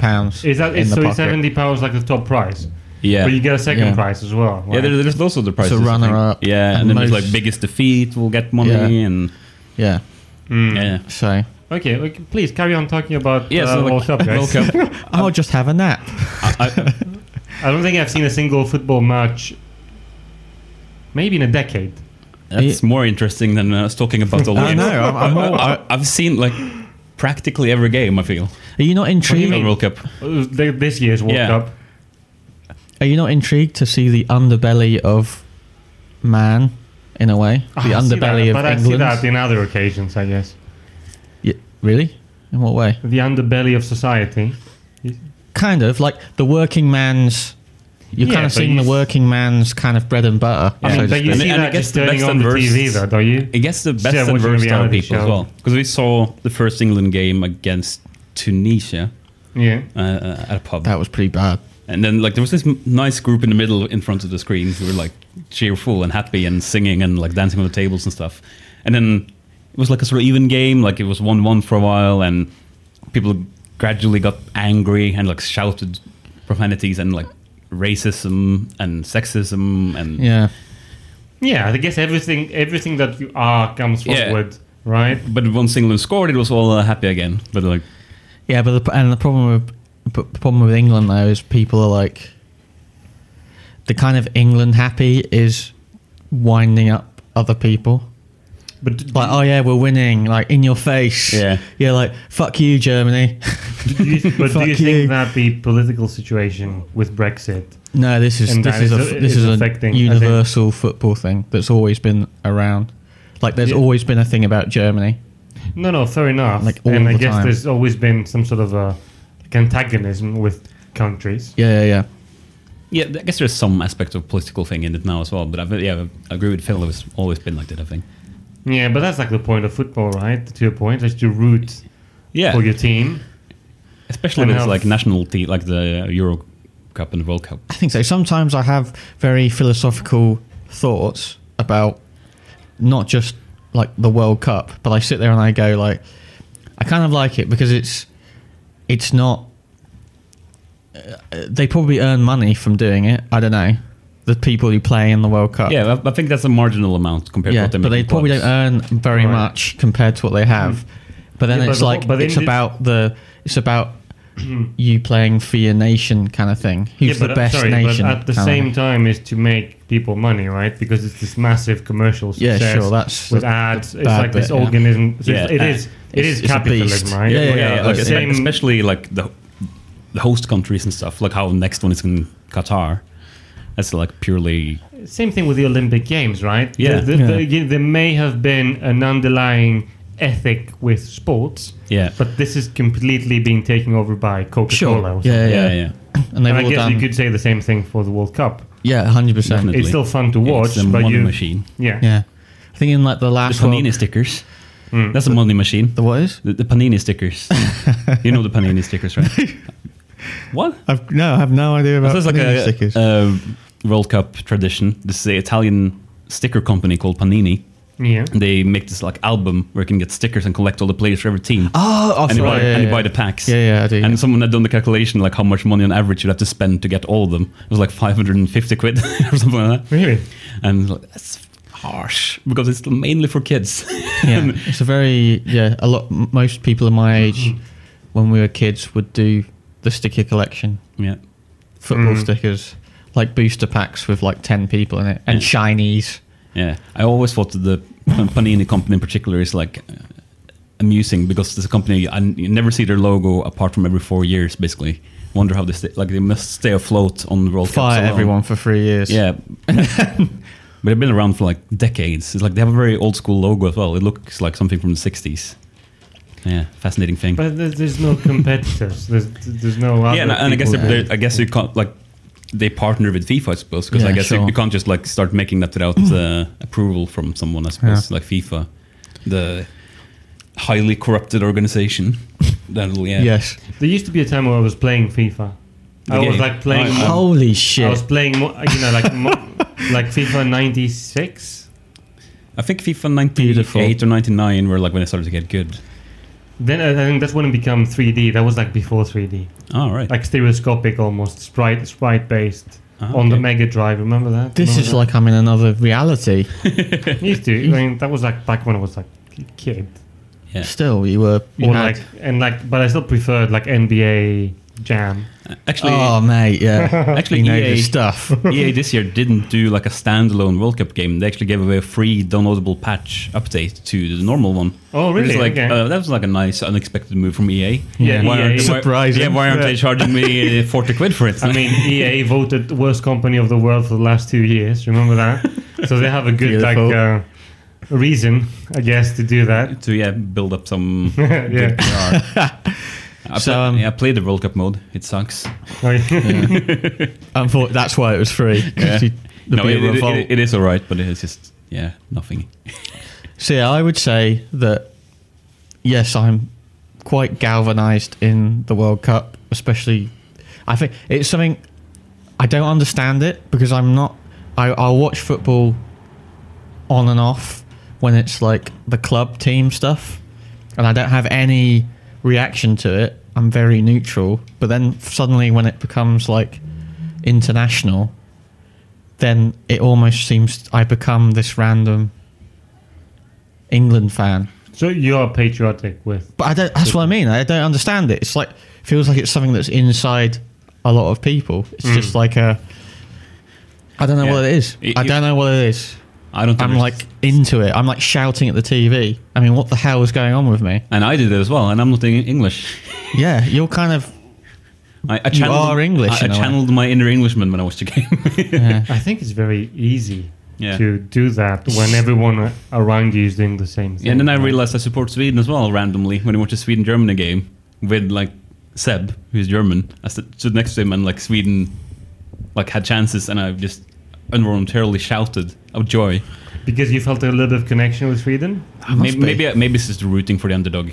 B: Is that
C: in
B: is,
C: the
B: so? Is
C: pocket.
B: seventy pounds like the top prize?
A: Yeah.
B: But you get a second
C: Yeah.
B: prize as well.
A: Yeah,
B: right?
A: there, there's those other prizes. I think.
C: runner-up
A: Yeah, and,
C: and
A: then there's
C: most-
A: like biggest defeat will get money
C: Yeah.
A: and
C: Yeah.
B: Mm.
A: yeah.
C: So
B: Okay, okay, please carry on talking about
A: Yeah,
B: uh,
A: so like-
B: World Cup, guys.
A: World Cup.
C: I'll just have a nap.
A: I,
B: I don't think I've seen a single football match, maybe in a decade.
A: that's more interesting than uh, us talking about all.
C: I know. I'm, I'm all,
A: I, I've seen like practically every game. I feel
C: are you not
B: do you
C: intrigued?
A: of World Cup.
B: Uh, th- This year's World
A: Yeah.
B: Cup.
C: Are you not intrigued to see the underbelly of man, in a way? The
B: Ah, I see
C: underbelly
B: that,
C: of
B: But I see
C: England.
B: that in other occasions, I guess.
C: Yeah, really? In what way?
B: The underbelly of society.
C: Kind of like the working man's. You're
B: Yeah,
C: kind
B: but
C: of seeing the
B: you-
C: working man's kind of bread and butter.
B: I
C: so
B: mean,
C: to
B: but you
A: And-
C: speak.
B: see
A: and I
B: that
A: guess
B: just
A: the
B: turning
A: best
B: on
A: and
B: the
A: worst-
B: TV, though, don't you?
A: It gets the best
B: Yeah,
A: and
B: watching a
A: worst out of
B: reality
A: people as
B: show.
A: well. Because we saw the first England game against Tunisia
B: Yeah.
A: uh, uh, at a pub,
C: that was pretty bad.
A: and then like there was this m- nice group in the middle in front of the screen who were like cheerful and happy and singing and like dancing on the tables and stuff. And then it was like a sort of even game. Like it was one-one for a while, and people gradually got angry and like shouted profanities and like racism and sexism and
C: Yeah.
B: Yeah, I guess everything everything that you are comes
A: Yeah.
B: forward, right?
A: But once England scored, it was all uh, happy again. But like,
C: Yeah, but the, and the problem with but the problem with England though is people are like the kind of England happy is winding up other people.
B: But d-
C: Like, oh yeah, we're winning, like in your face.
A: Yeah.
C: Yeah, like fuck you, Germany.
B: do you, but do
C: Fuck
B: you
C: you.
B: think that the political situation with Brexit?
C: no, this is
B: And
C: this
B: that
C: is,
B: is-
C: a this
B: is
C: is a
B: affecting, I think.
C: universal football thing that's always been around. Like there's
B: Yeah.
C: always been a thing about Germany.
B: No, no, fair enough.
C: Like, all
B: and I
C: the
B: guess
C: time.
B: there's always been some sort of a like antagonism with countries.
C: Yeah, yeah, yeah.
A: yeah, I guess there's some aspect of political thing in it now as well. But I, yeah, I agree with Phil. It's always been like that. I think.
B: Yeah, but that's like the point of football, right? To your point, is to root for
A: Yeah,
B: your team.
A: especially
B: And
A: when it's
B: how-
A: like national team, like the Euro Cup and the World Cup.
C: I think so. Sometimes I have very philosophical thoughts about not just like the World Cup, but I sit there and I go like, I kind of like it because it's it's not. Uh, they probably earn money from doing it. I don't know the people who play in the World Cup.
A: Yeah, I, I think that's a marginal amount compared to
C: yeah,
A: what they
C: but they
A: make in
C: probably
A: clubs.
C: don't earn very
B: Right. Mm.
C: much compared to what they have. But then
B: Yeah, but
C: it's
B: the-
C: like
B: but
C: it's
B: in the-
C: about the it's about you playing for your nation kind of thing. Who's the
B: uh,
C: best
B: sorry,
C: nation?
B: But at the
C: kind of
B: same time, is to make people money, right? Because it's this massive commercial
C: Yeah,
B: success.
C: sure, that's
B: with
C: the-
B: ads.
C: the
B: it's
C: bad
B: like this
C: bit, yeah.
B: organism. it's-
A: Yeah,
B: it
A: uh,
B: is. It
C: it's-
B: is
C: it's a beast.
B: capitalism, right?
C: uh, Yeah, yeah,
A: Yeah,
C: yeah,
A: like,
C: the
A: espe-
B: same-
A: especially like the the host countries and stuff. Like how next one is in Qatar. That's like purely
B: Same thing with the Olympic Games, right?
A: Yeah.
B: The- the- the- again, there may have been an underlying ethic with sports,
A: yeah,
B: but this is completely being taken over by Coca-Cola.
C: Sure.
B: or something.
C: Yeah, yeah.
A: yeah, yeah.
C: And they've
B: And I
C: all
B: guess
C: done.
B: you could say the same thing for the World Cup.
C: yeah, hundred percent.
A: Definitely.
B: It's still fun to
A: It's
B: watch,
A: a
B: but
A: money
B: you,
A: machine.
B: yeah,
C: Yeah, I think in like the
A: The
C: last one.
A: panini stickers. That's a money machine.
C: The what is?
A: The, the panini stickers. you know the panini stickers, right? what?
C: I've, no, I have no idea about
A: This is like a, a World Cup tradition. This is an Italian sticker company called Panini.
B: yeah.
A: And they make this like album where you can get stickers and collect all the players for every team.
C: oh,
A: and you, buy,
C: yeah,
A: and you
C: yeah.
A: buy the packs.
C: Yeah, yeah, I do.
A: And someone had done the calculation like how much money on average you'd have to spend to get all of them. It was like 550 quid or something like that.
B: Really?
A: And like, that's harsh because it's mainly for kids.
C: yeah, it's a very yeah. A lot. m- Most people of my age, when we were kids, would do the sticker collection,
A: yeah.
C: football
B: Mm.
C: stickers, like booster packs with like ten people in it, and
A: Yeah.
C: shinies.
A: Yeah, I always thought that the Panini company in particular is like uh, amusing because this company I n- you never see their logo apart from every four years, basically. Wonder how they stay, like they must stay afloat on the World Cup.
C: Fire
A: alone.
C: everyone for three years.
A: Yeah, but they've been around for like decades. It's like they have a very old school logo as well. It looks like something from the '60s. Yeah, fascinating thing.
B: But there's, there's no competitors. There's there's no other.
A: yeah, and, and I guess
B: people
A: they're-
B: there.
A: they're- I guess you can't like they partner with FIFA, I suppose, because I
C: Yeah,
A: guess you,
C: sure.
A: you can't just like start making that without uh, approval from someone, I suppose, like FIFA, the highly corrupted organization. That'll yeah.
C: Yes.
B: There used to be a time where I was playing FIFA.
A: The
B: I was
A: game.
B: like playing.
A: Oh,
B: mo-
C: Holy
B: I was
C: shit!
B: playing, mo- you know, like mo- like FIFA '96.
A: I think FIFA 98
C: Beautiful.
A: or 99 were like when it started to get good.
B: Then I I think that's when it became 3D. That was like before 3D,
A: All right.
B: like stereoscopic almost sprite sprite based on the
A: Ah, okay.
B: Mega Drive. Remember that?
C: This
B: Remember
C: is
B: that?
C: like I'm in another reality.
B: used to. I mean, that was like back when I was like a kid.
A: Yeah.
C: Still, you were. You
B: or
C: had-
B: like and like, but I still preferred like NBA Jam.
A: Actually,
C: oh, mate, yeah.
A: Actually, E
C: you know
A: EA
C: your stuff.
A: EA this year didn't do like a standalone World Cup game. They actually gave away a free downloadable patch update to the normal one.
B: Oh,
A: Which is
B: really?
A: like,
B: Okay.
A: uh, that was like a nice, unexpected move from EA.
B: Yeah,
A: why
B: EA.
A: aren't,
C: E Surprising.
A: Why, yeah, why aren't they charging me uh, forty quid for it?
B: I mean, EA voted worst company of the world for the last two years. Remember that? so they have a good
C: Beautiful.
B: like uh, reason, I guess, to do that.
A: to yeah, build up some.
B: yeah.
A: I,
C: So,
A: play-
C: um,
A: yeah, I played the World Cup mode. It sucks.
C: Unfor- that's why it was free. 'cause
A: Yeah.
C: you- there'd
A: No,
C: be a
A: it, it-
C: revolt.
A: it- it is all right, but it is just yeah, nothing.
C: So yeah, I would say that yes, I'm quite galvanized in the World Cup, especially. I think it's something I don't understand it because I'm not. I, I'll watch football on and off when it's like the club team stuff, and I don't have any reaction to it. I'm very neutral, but then suddenly when it becomes like international, then it almost seems I become this random England fan.
B: so you're patriotic with
C: But I don't. That's what I mean. I don't understand it. It's like feels like it's something that's inside a lot of people. It's just like a. I don't know
A: Yeah.
C: what it is.
A: It-
C: I
A: it-
C: don't know what it is.
A: I don't.
C: I'm
A: underst-
C: like into it. I'm like shouting at the TV. I mean, what the hell is going on with me?
A: and I did it as well, and I'm not in English.
C: Yeah, you're kind of.
A: I, I channeled,
C: are English
A: I, I
C: in a way.
A: channeled my inner Englishman when I watched the game.
B: I think it's very easy
A: Yeah.
B: to do that when everyone a- around you is doing the same thing.
A: Yeah, and then I realized I support Sweden as well randomly when I watched a Sweden Germany game with like Seb, who's German. I st- stood next to him and like Sweden like had chances and I just involuntarily shouted of joy.
B: because you felt a little bit of connection with Sweden.
C: must
A: Maybe
C: be.
A: maybe, maybe it's just rooting for the underdog.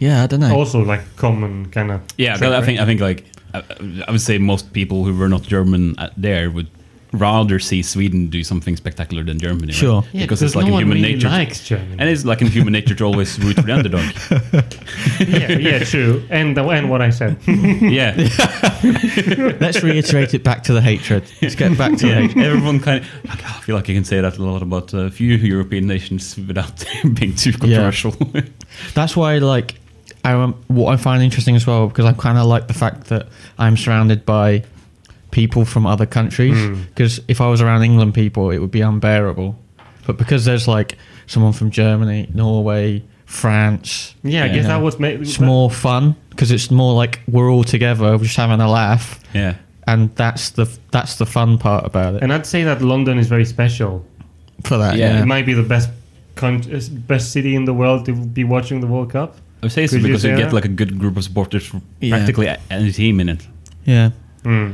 C: Yeah, I don't know.
B: Also, like common kind of
A: Yeah, 'cause I think I think like I, I would say most people who were not German at there would rather see Sweden do something spectacular than Germany. right?
C: Sure.
B: Yeah,
A: because it's like
B: no
A: in
B: one
A: human
B: really
A: nature.
B: likes Germany.
A: and it's like in human nature to always root for the underdog.
B: yeah, yeah, true. And the, and what I said.
A: Yeah.
C: Let's reiterate it back to the hatred. Let's get back to the
A: Yeah,
C: hatred.
A: everyone kind of. I feel like I can say that a lot about a few European nations without being too controversial.
C: That's why, like, I um, what I find interesting as well because I kind of like the fact that I'm surrounded by people from other countries. Because if I was around England people, it would be unbearable. But because there's like someone from Germany, Norway, France,
B: Yeah, I
A: Yeah.
B: guess that was made.
C: it's more fun because it's more like we're all together, we're just having a laugh,
A: yeah,
C: and that's the that's the fun part about it.
B: And I'd say that London is very special.
C: for that,
A: Yeah.
C: yeah,
B: It might be the best country, best city in the world to be watching the World Cup.
A: I would say so
B: Could you
A: because you,
B: say
A: get
B: that?
A: like a good group of supporters from
C: Yeah.
A: practically a- any team in it.
C: yeah.
B: Mm.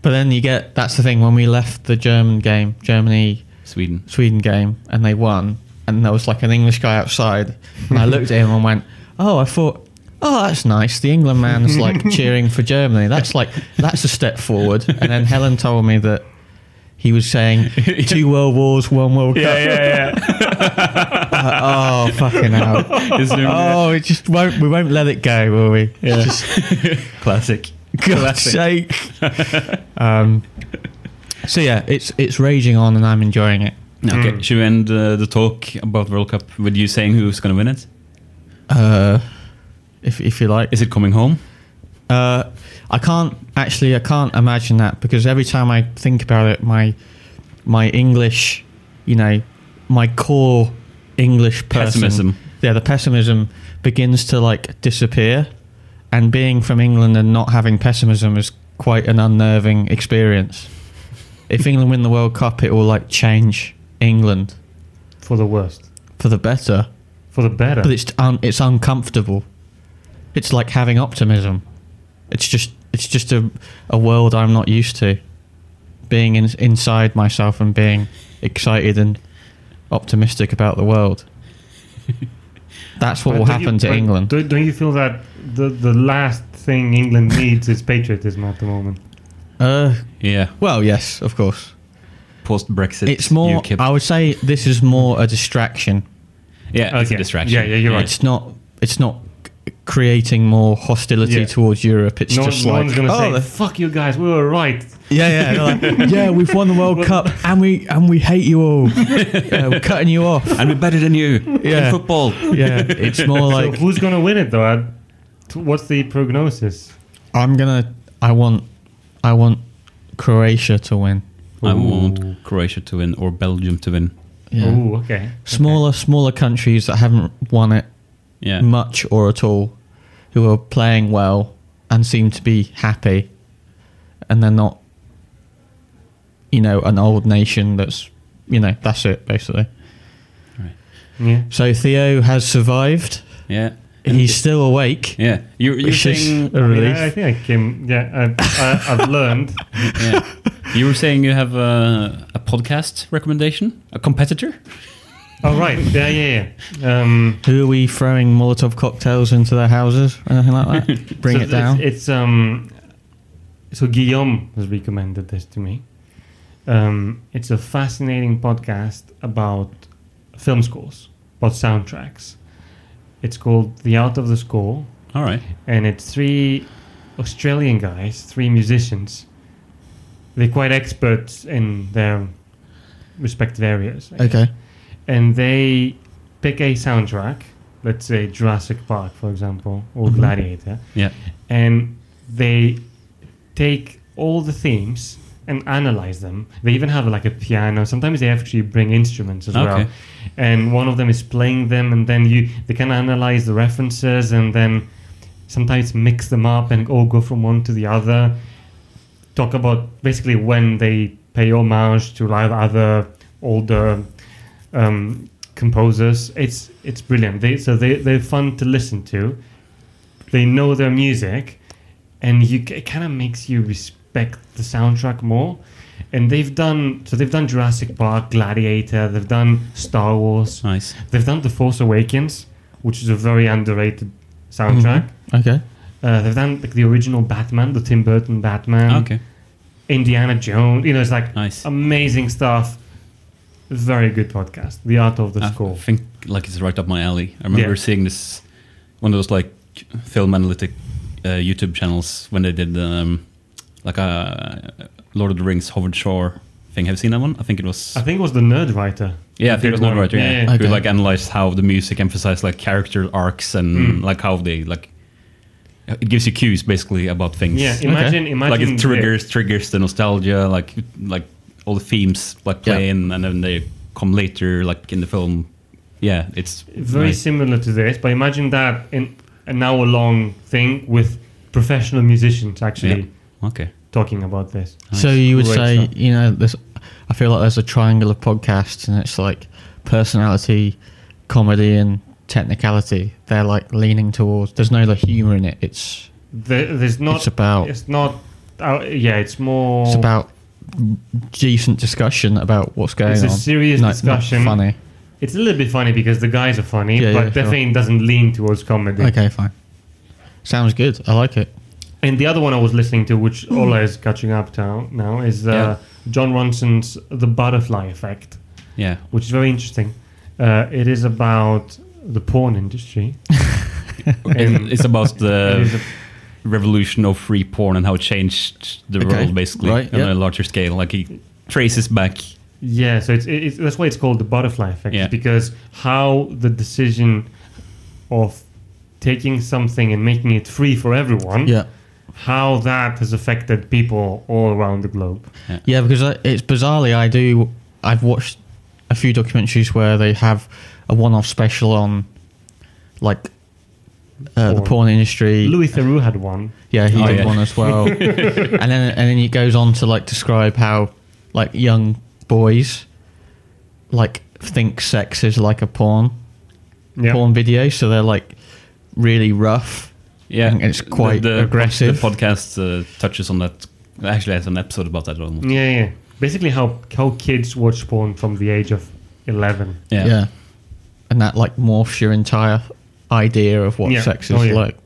C: But then you get that's the thing when we left the German game, Germany
A: Sweden.
C: Sweden game and they won, and there was like an English guy outside, and I looked at him and went, "Oh, I thought, oh, that's nice. The England man's like cheering for Germany. That's like that's a step forward." And then Helen told me that he was saying two world wars, one world cup.
B: yeah, yeah.
C: Oh, fucking hell!
A: oh,
C: Oh, it just won't. We won't let it go, will we?
A: yeah. classic.
C: God's sake. um, so yeah, it's it's raging on, and I'm enjoying it.
A: Okay,
B: Mm.
A: should we end uh, the talk about World Cup with you saying who's going to win it?
C: Uh, if if you like.
A: Is it coming home?
C: Uh, I can't actually. I can't imagine that because every time I think about it, my my English, you know, my core English person,
A: Pessimism.
C: Yeah, the pessimism begins to like disappear, and being from England and not having pessimism is quite an unnerving experience. If England win the World Cup, it will like change England
B: For the worst,
C: for the better,
B: for the better.
C: but it's un- it's uncomfortable. It's like having optimism. It's just it's just a a world I'm not used to. Being in, inside myself and being excited and optimistic about the world. That's what
B: But
C: will
B: don't you-
C: happen to
B: but
C: England.
B: Don't, don't you feel that the the last thing England needs is patriotism at the moment?
C: Uh,
A: Yeah,
C: well, yes, of course.
A: post Brexit.
C: It's more. I would say this is more a distraction.
A: yeah, it's a
B: Okay.
A: distraction.
B: Yeah, yeah, you're right.
C: It's not. It's not c- creating more hostility
B: Yeah.
C: towards Europe. It's
B: No,
C: just
B: no
C: like,
B: one's gonna
C: oh,
B: say,
C: the-
B: "Fuck you guys, we were right."
C: yeah, yeah, they're like, yeah, we've won the World Cup and we and we hate you all. Yeah, we're cutting you off.
A: and we're better than you
C: Yeah.
A: in football.
C: Yeah, it's more
B: so
C: like
B: who's gonna win it though? Ad? T- What's the prognosis?
C: I'm gonna, I want, I want Croatia to win.
A: I want Croatia to win or Belgium to win.
C: Yeah.
B: Ooh, okay.
C: Smaller, smaller countries that haven't won it
A: Yeah,
C: much or at all, who are playing well and seem to be happy, and they're not, you know, an old nation that's, you know, that's it basically.
B: Yeah.
C: So Theo has survived.
A: yeah,
C: He's still awake.
A: yeah. You, you were
C: Which is
A: saying
C: a
B: I, mean,
C: relief.
B: I, I think I came. Yeah, I, I, I've learned.
A: yeah. you were saying you have a, a podcast recommendation, a competitor.
B: oh, right. Yeah, yeah, yeah. Um,
C: Who are we throwing Molotov cocktails into their houses or anything like that? Bring
B: so
C: it down.
B: It's, it's um. So Guillaume has recommended this to me. Um, it's a fascinating podcast about film scores, about soundtracks. It's called "The Art of the Score,"
A: All right.
B: and it's three Australian guys, three musicians. They're quite experts in their respective areas. I guess.
C: okay.
B: and they pick a soundtrack, let's say Jurassic Park, for example, or
C: Mhm.
B: Gladiator,
A: Yeah.
B: and they take all the themes and analyze them. They even have like a piano. Sometimes they actually bring instruments as well.
A: Okay.
B: And one of them is playing them, and then you they can analyze the references, and then sometimes mix them up and all go from one to the other. Talk about basically when they pay homage to live other older um, composers. It's it's brilliant. They so they they're fun to listen to. They know their music, and you it kind of makes you respect the soundtrack more. And they've done so. They've done Jurassic Park, Gladiator. They've done Star Wars.
A: Nice.
B: They've done The Force Awakens, which is a very underrated soundtrack.
C: Mm-hmm. Okay.
A: Mm-hmm.
B: Uh, they've done like the original Batman, the Tim Burton Batman,
A: okay.
B: Indiana Jones. You know, it's like
A: Nice.
B: amazing stuff. Very good podcast. The Art of the
A: I
B: Score.
A: think like it's right up my alley. I remember
B: Yeah.
A: seeing this one of those like film analytic uh, YouTube channels when they did um, like a Lord of the Rings Howard Shore thing. Have you seen that one? I think it was.
B: I think it was the nerd writer.
A: yeah, I think it was
B: Big
A: not
B: one.
A: right. Yeah,
B: Yeah,
C: yeah.
A: who
C: Okay.
A: like analyzed how the music emphasized like character arcs and like how they like. It gives you cues basically about things.
B: Yeah, imagine,
A: like
B: imagine.
A: it triggers triggers the nostalgia, like like all the themes like
C: Yeah.
A: play in, and then they come later like in the film. Yeah, it's
B: Very
A: nice.
B: similar to this, but imagine that in an hour long thing with professional musicians actually
A: Okay.
B: talking about this.
C: So you would
B: Great
C: say,
B: stuff.
C: you know, there's, I feel like there's a triangle of podcasts, and it's like personality, comedy, and technicality. They're like leaning towards. There's no like humor in it. It's
B: There, there's not.
C: it's about
B: It's not. Uh, yeah, it's more.
C: it's about decent discussion about what's going
B: It's a
C: on.
B: serious
C: Not- not
B: discussion.
C: funny.
B: It's a little bit funny because the guys are funny,
C: Yeah,
B: but
C: yeah,
B: definitely doesn't lean towards comedy.
C: Okay, fine. Sounds good. I like it.
B: And the other one I was listening to, which Ola is catching up to now, is uh, John Ronson's The Butterfly Effect.
A: Yeah.
B: which is very interesting. Uh, it is about the porn industry.
A: It- it's about
C: Oh.
B: It is
A: the
B: a-
A: revolution of free porn and how it changed the
C: Okay,
A: world basically
C: right,
A: on
C: yeah.
A: a larger scale. Like he traces back.
B: yeah, so it's, it- it's that's why it's called the butterfly effect
A: Yeah.
B: because how the decision of taking something and making it free for everyone,
C: Yeah.
B: how that has affected people all around the globe.
C: Yeah, because I- it's bizarrely I do. I've watched a few documentaries where they have a one-off special on, like, uh, the
B: Porn.
C: porn industry.
B: Louis Theroux had one.
C: Yeah, he
A: Oh,
C: did
A: yeah.
C: one as well. and then and then he goes on to like describe how like young boys like think sex is like a porn
B: Yeah.
C: porn video, so they're like really rough.
A: Yeah.
C: And it's quite aggressive.
A: The podcast uh, touches on that. Actually, has an episode about that almost.
B: Yeah, yeah. Basically, how how kids watch porn from the age of eleven.
A: Yeah.
C: And that like morphs your entire idea of what
B: Yeah.
C: sex is
B: Oh, yeah.
C: like.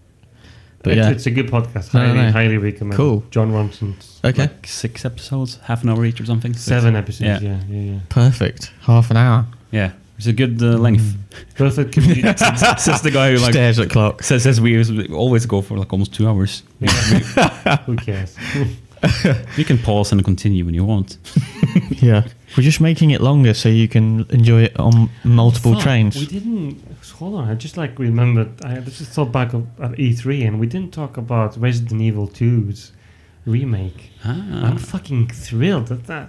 C: But
B: It's,
C: yeah.
B: it's a good podcast.
C: No, no,
B: Highly,
C: no.
B: highly recommend.
C: Cool.
B: John Ronson's
C: okay.
A: Like six episodes, half an hour each or something. Six.
B: Seven episodes,
A: Yeah.
B: yeah, yeah, yeah.
C: Perfect. Half an hour.
A: Yeah. It's a good uh, length.
C: Mm-hmm.
B: Perfect comedian.
A: says the guy who like
C: Stares at clock.
A: says, says we always go for like almost two hours.
B: Yeah. Who cares?
A: You can pause and continue when you want.
C: Yeah. We're just making it longer so you can enjoy it on multiple
B: Fuck,
C: trains.
B: We didn't. Hold on, I just like remembered. I just thought back of, at E3, and we didn't talk about Resident Evil 2's remake. I'm
A: Ah,
B: fucking thrilled at that.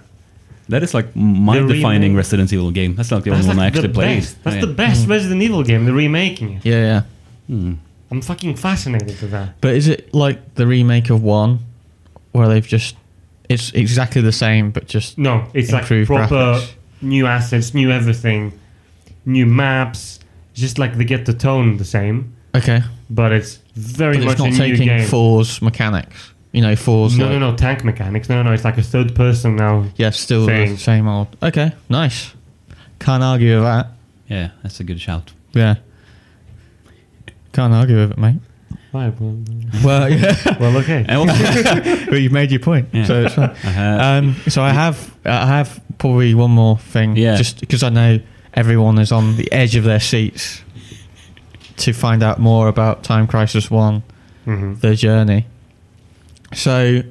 A: that is like my
B: The
A: defining
B: remake-
A: Resident Evil game. That's like the
B: That's
A: only one I
B: like the
A: actually played.
B: best. That's
A: Yeah.
B: the best
C: Mm.
B: Resident Evil game. They're remaking it.
C: Yeah, yeah.
A: Hmm.
B: I'm fucking fascinated with that.
C: But is it like the remake of one where they've just. It's exactly the same, but just.
B: No, it's
C: Improved
B: like proper
C: graphics.
B: new assets, new everything, new maps. Just like they get the tone the same,
C: Okay.
B: but it's very
C: But
B: much
C: it's not
B: a new
C: taking
B: game.
C: fours mechanics. You know, fours.
B: no,
C: like,
B: no, no, tank mechanics. No, no, no. It's like a third person now.
C: Yeah, still
B: Thing.
C: the same old. Okay, nice. Can't argue with that.
A: Yeah, that's a good shout.
C: Yeah. Can't argue with it, mate.
B: Right, well,
C: Well, yeah.
B: well, okay.
A: And also- uh-huh.
C: well, you've made your point,
A: Yeah.
C: so it's fine.
A: Uh,
C: Um, so I have, I have probably one more thing,
A: Yeah.
C: just because I know everyone is on the edge of their seats to find out more about Time Crisis One,
B: hmm
C: the journey. So,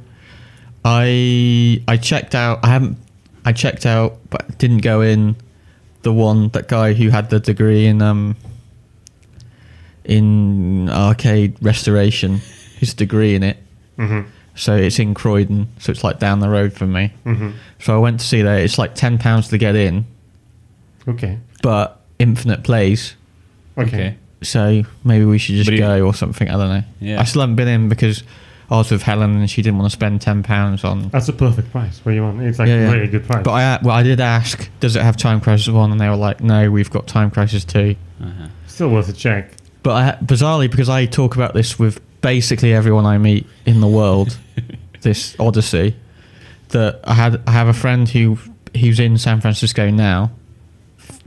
C: I I checked out. I haven't. I checked out, but didn't go in. The one that guy who had the degree in um in arcade restoration, his degree in it.
B: hmm
C: So it's in Croydon, so it's like down the road from me.
B: hmm
C: So I went to see that. It's like ten pounds to get in,
B: Okay.
C: but infinite plays.
B: Okay.
A: okay.
C: So maybe we should just
A: But you-
C: go or something. I don't know.
A: Yeah.
C: I still haven't been in because I was with Helen and she didn't want to spend ten pounds on.
B: That's a perfect price. What do you want? It's like
C: Yeah, yeah.
B: a really good price.
C: But I well I did ask, does it have Time Crisis One? And they were like, no, we've got Time Crisis Two.
A: Uh-huh.
B: Still worth a check.
C: But I, bizarrely, because I talk about this with basically everyone I meet in the world, this Odyssey, that I had I have a friend who who's in San Francisco now,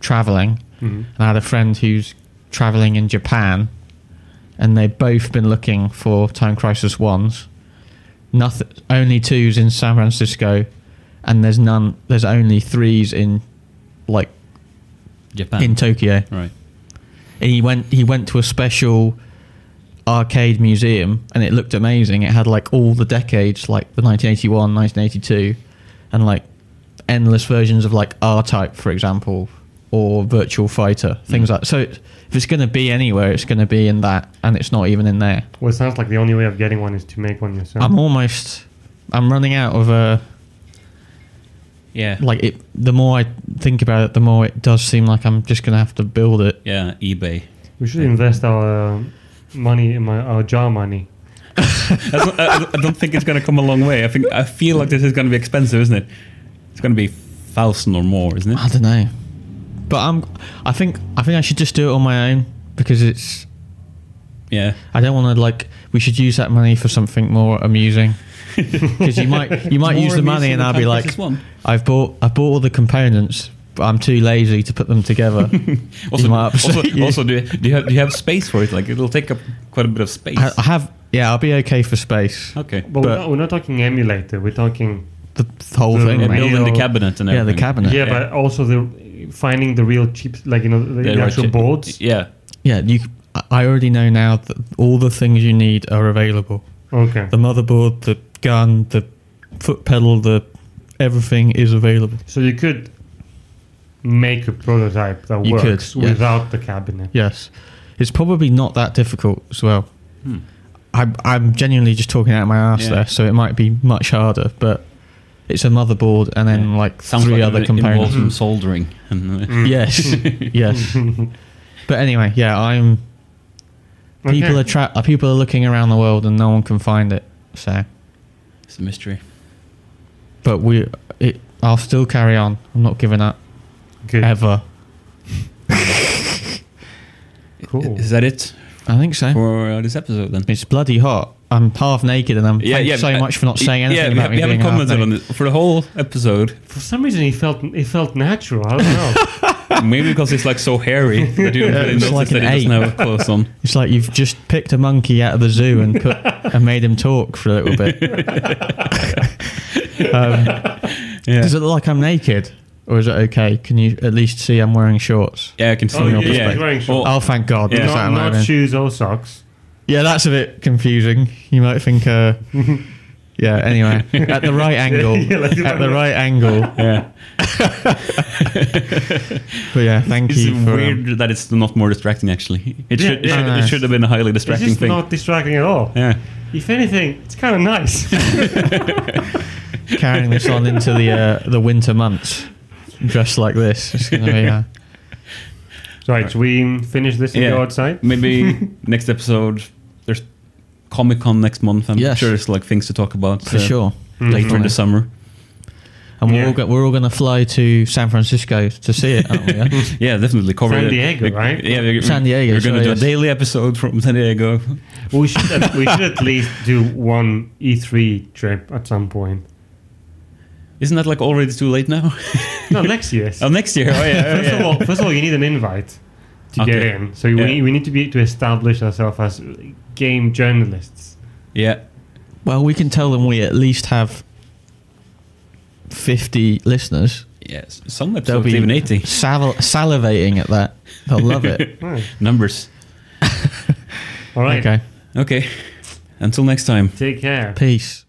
C: traveling,
B: Mhm.
C: and I had a friend who's traveling in Japan, and they've both been looking for Time Crisis ones. Nothing, only twos in San Francisco, and there's none. There's only threes in, like
A: Japan.
C: in Tokyo
A: right.
C: and he went he went to a special arcade museum and it looked amazing it had like all the decades like the 1981 1982 and like endless versions of like r-type for example or virtual fighter things like so it, if it's going to be anywhere it's going to be in that and it's not even in there
B: Well, it sounds like the only way of getting one is to make one yourself.
C: i'm almost i'm running out of uh
A: Yeah.
C: like it the more i think about it the more it does seem like i'm just going to have to build it
A: yeah, eBay.
B: we should invest our uh, money in my our jar money.
A: That's not- I, I don't think it's going to come a long way. I think I feel like this is going to be expensive, isn't it? It's going to be thousand or more, isn't it?
C: I don't know, but I'm. I think I think I should just do it on my own because it's.
A: Yeah.
C: I don't want to like. We should use that money for something more amusing. Because you might you might use the money and I'll be like, I've bought I bought all the components, but I'm too lazy to put them together.
A: also,
C: might upset
A: also,
C: you.
A: also, do you, do you have do you have space for it? Like, it'll take up quite a bit of space.
C: I, I have yeah, I'll be okay for space.
A: okay.
B: But, we're,
C: But-
B: not, we're not talking emulator. We're talking
C: The whole
B: The
C: thing,
A: Yeah,
B: real-
C: mate.
A: building the cabinet and
C: yeah,
A: everything.
C: the cabinet.
B: yeah,
C: Yeah,
B: but also the finding the real cheap, like you know, the, the
A: right,
B: actual
A: yeah.
B: boards.
A: Yeah.
C: you. I already know now that all the things you need are available.
B: Okay.
C: The motherboard, the gun, the foot pedal, the everything is available.
B: So you could make a prototype that
C: You could,
B: works
C: yeah.
B: without the cabinet.
C: Yes, it's probably not that difficult as well. I'm, I'm genuinely just talking out my ass
A: Hmm. Yeah.
C: there, so it might be much harder. But it's a motherboard and then
A: Yeah.
C: like
A: Sounds
C: three
A: like
C: other
A: it involves
C: components.
A: some soldering. And,
B: Hmm.
A: uh,
C: Yes, yes. But anyway, yeah, I'm.
B: Okay.
C: People are tra- uh, people are looking around the world and no one can find it. So,
A: it's a mystery.
C: but we, it, I'll still carry on. I'm not giving up
B: Good.
C: ever.
B: Cool.
A: Is that it
C: I think so.
A: for uh, this episode then?
C: It's bloody hot. I'm half naked and I'm thanks so
A: uh,
C: much for not saying
A: yeah,
C: anything
A: we,
C: about
A: have-
C: me
A: we haven't
C: being half
A: commented
C: naked.
A: on this for the whole episode.
B: For some reason, he felt it felt natural. I don't know.
A: Maybe because it's like so hairy that you don't
C: Yeah,
A: really
C: it's
A: notice
C: like
A: that
C: an
A: it doesn't
C: ape.
A: have clothes on.
C: It's like you've just picked a monkey out of the zoo and put and made him talk for a little bit. um,
A: Yeah.
C: Does it look like I'm naked? Or is it okay? Can you at least see I'm wearing shorts?
A: Yeah, I can see.
B: Oh,
A: your
B: yeah,
C: your
B: yeah,
A: perspective.
B: he's wearing
A: Oh,
B: shorts.
C: Oh, thank God.
A: Yeah.
C: that's
B: not
C: out of my
B: not
C: mind.
B: shoes or socks.
C: Yeah, that's a bit confusing. You might think, uh, yeah. Anyway, at the right angle,
B: Yeah, let's do
C: at
B: one
C: the
B: more.
C: right angle.
A: Oh, yeah.
C: But yeah, thank
A: It's
C: you for. um,
A: weird that it's not more distracting. Actually, it
B: Yeah,
A: should it,
B: yeah.
A: should,
C: Oh,
A: it
C: nice.
A: should have been a highly
B: It's
A: distracting
B: just
A: thing.
B: not distracting at all.
A: yeah,
B: If anything, it's kind of nice.
C: carrying this on into the uh, the winter months, dressed like this. It's gonna be, uh,
B: right, should we finish this and
A: Yeah.
B: go outside?
A: maybe next episode there's Comic Con next month. I'm
C: Yes.
A: sure there's like things to talk about
C: for
A: uh,
C: sure.
A: later in
C: Definitely.
A: the summer.
C: And we're
B: Yeah.
C: all go- we're all gonna fly to San Francisco to see it, aren't we? yeah?
A: Yeah, definitely cover
B: San
A: it.
B: Diego,
A: We-
B: right?
A: Yeah, we're,
C: San Diego,
A: We're going to
C: sorry,
A: do a
C: yes.
A: daily episode from San Diego.
B: we should at, we should at least do one E3 trip at some point.
A: Isn't that like already too late now?
B: No, next year's.
A: oh, next year. Oh yeah. oh,
B: first,
A: yeah.
B: Of all, first of all, you need an invite to get
A: Okay.
B: in. So we,
A: Yeah.
B: we need to be to establish ourselves as game journalists.
A: yeah.
C: Well, we can tell them we at least have fifty listeners.
A: Yes. Some
C: They'll
A: episodes
C: be
A: even eighty
C: saval- salivating at that. They'll love it.
B: Right.
A: numbers.
B: All right.
C: Okay,
A: Okay. Until next time.
B: Take care.
C: peace.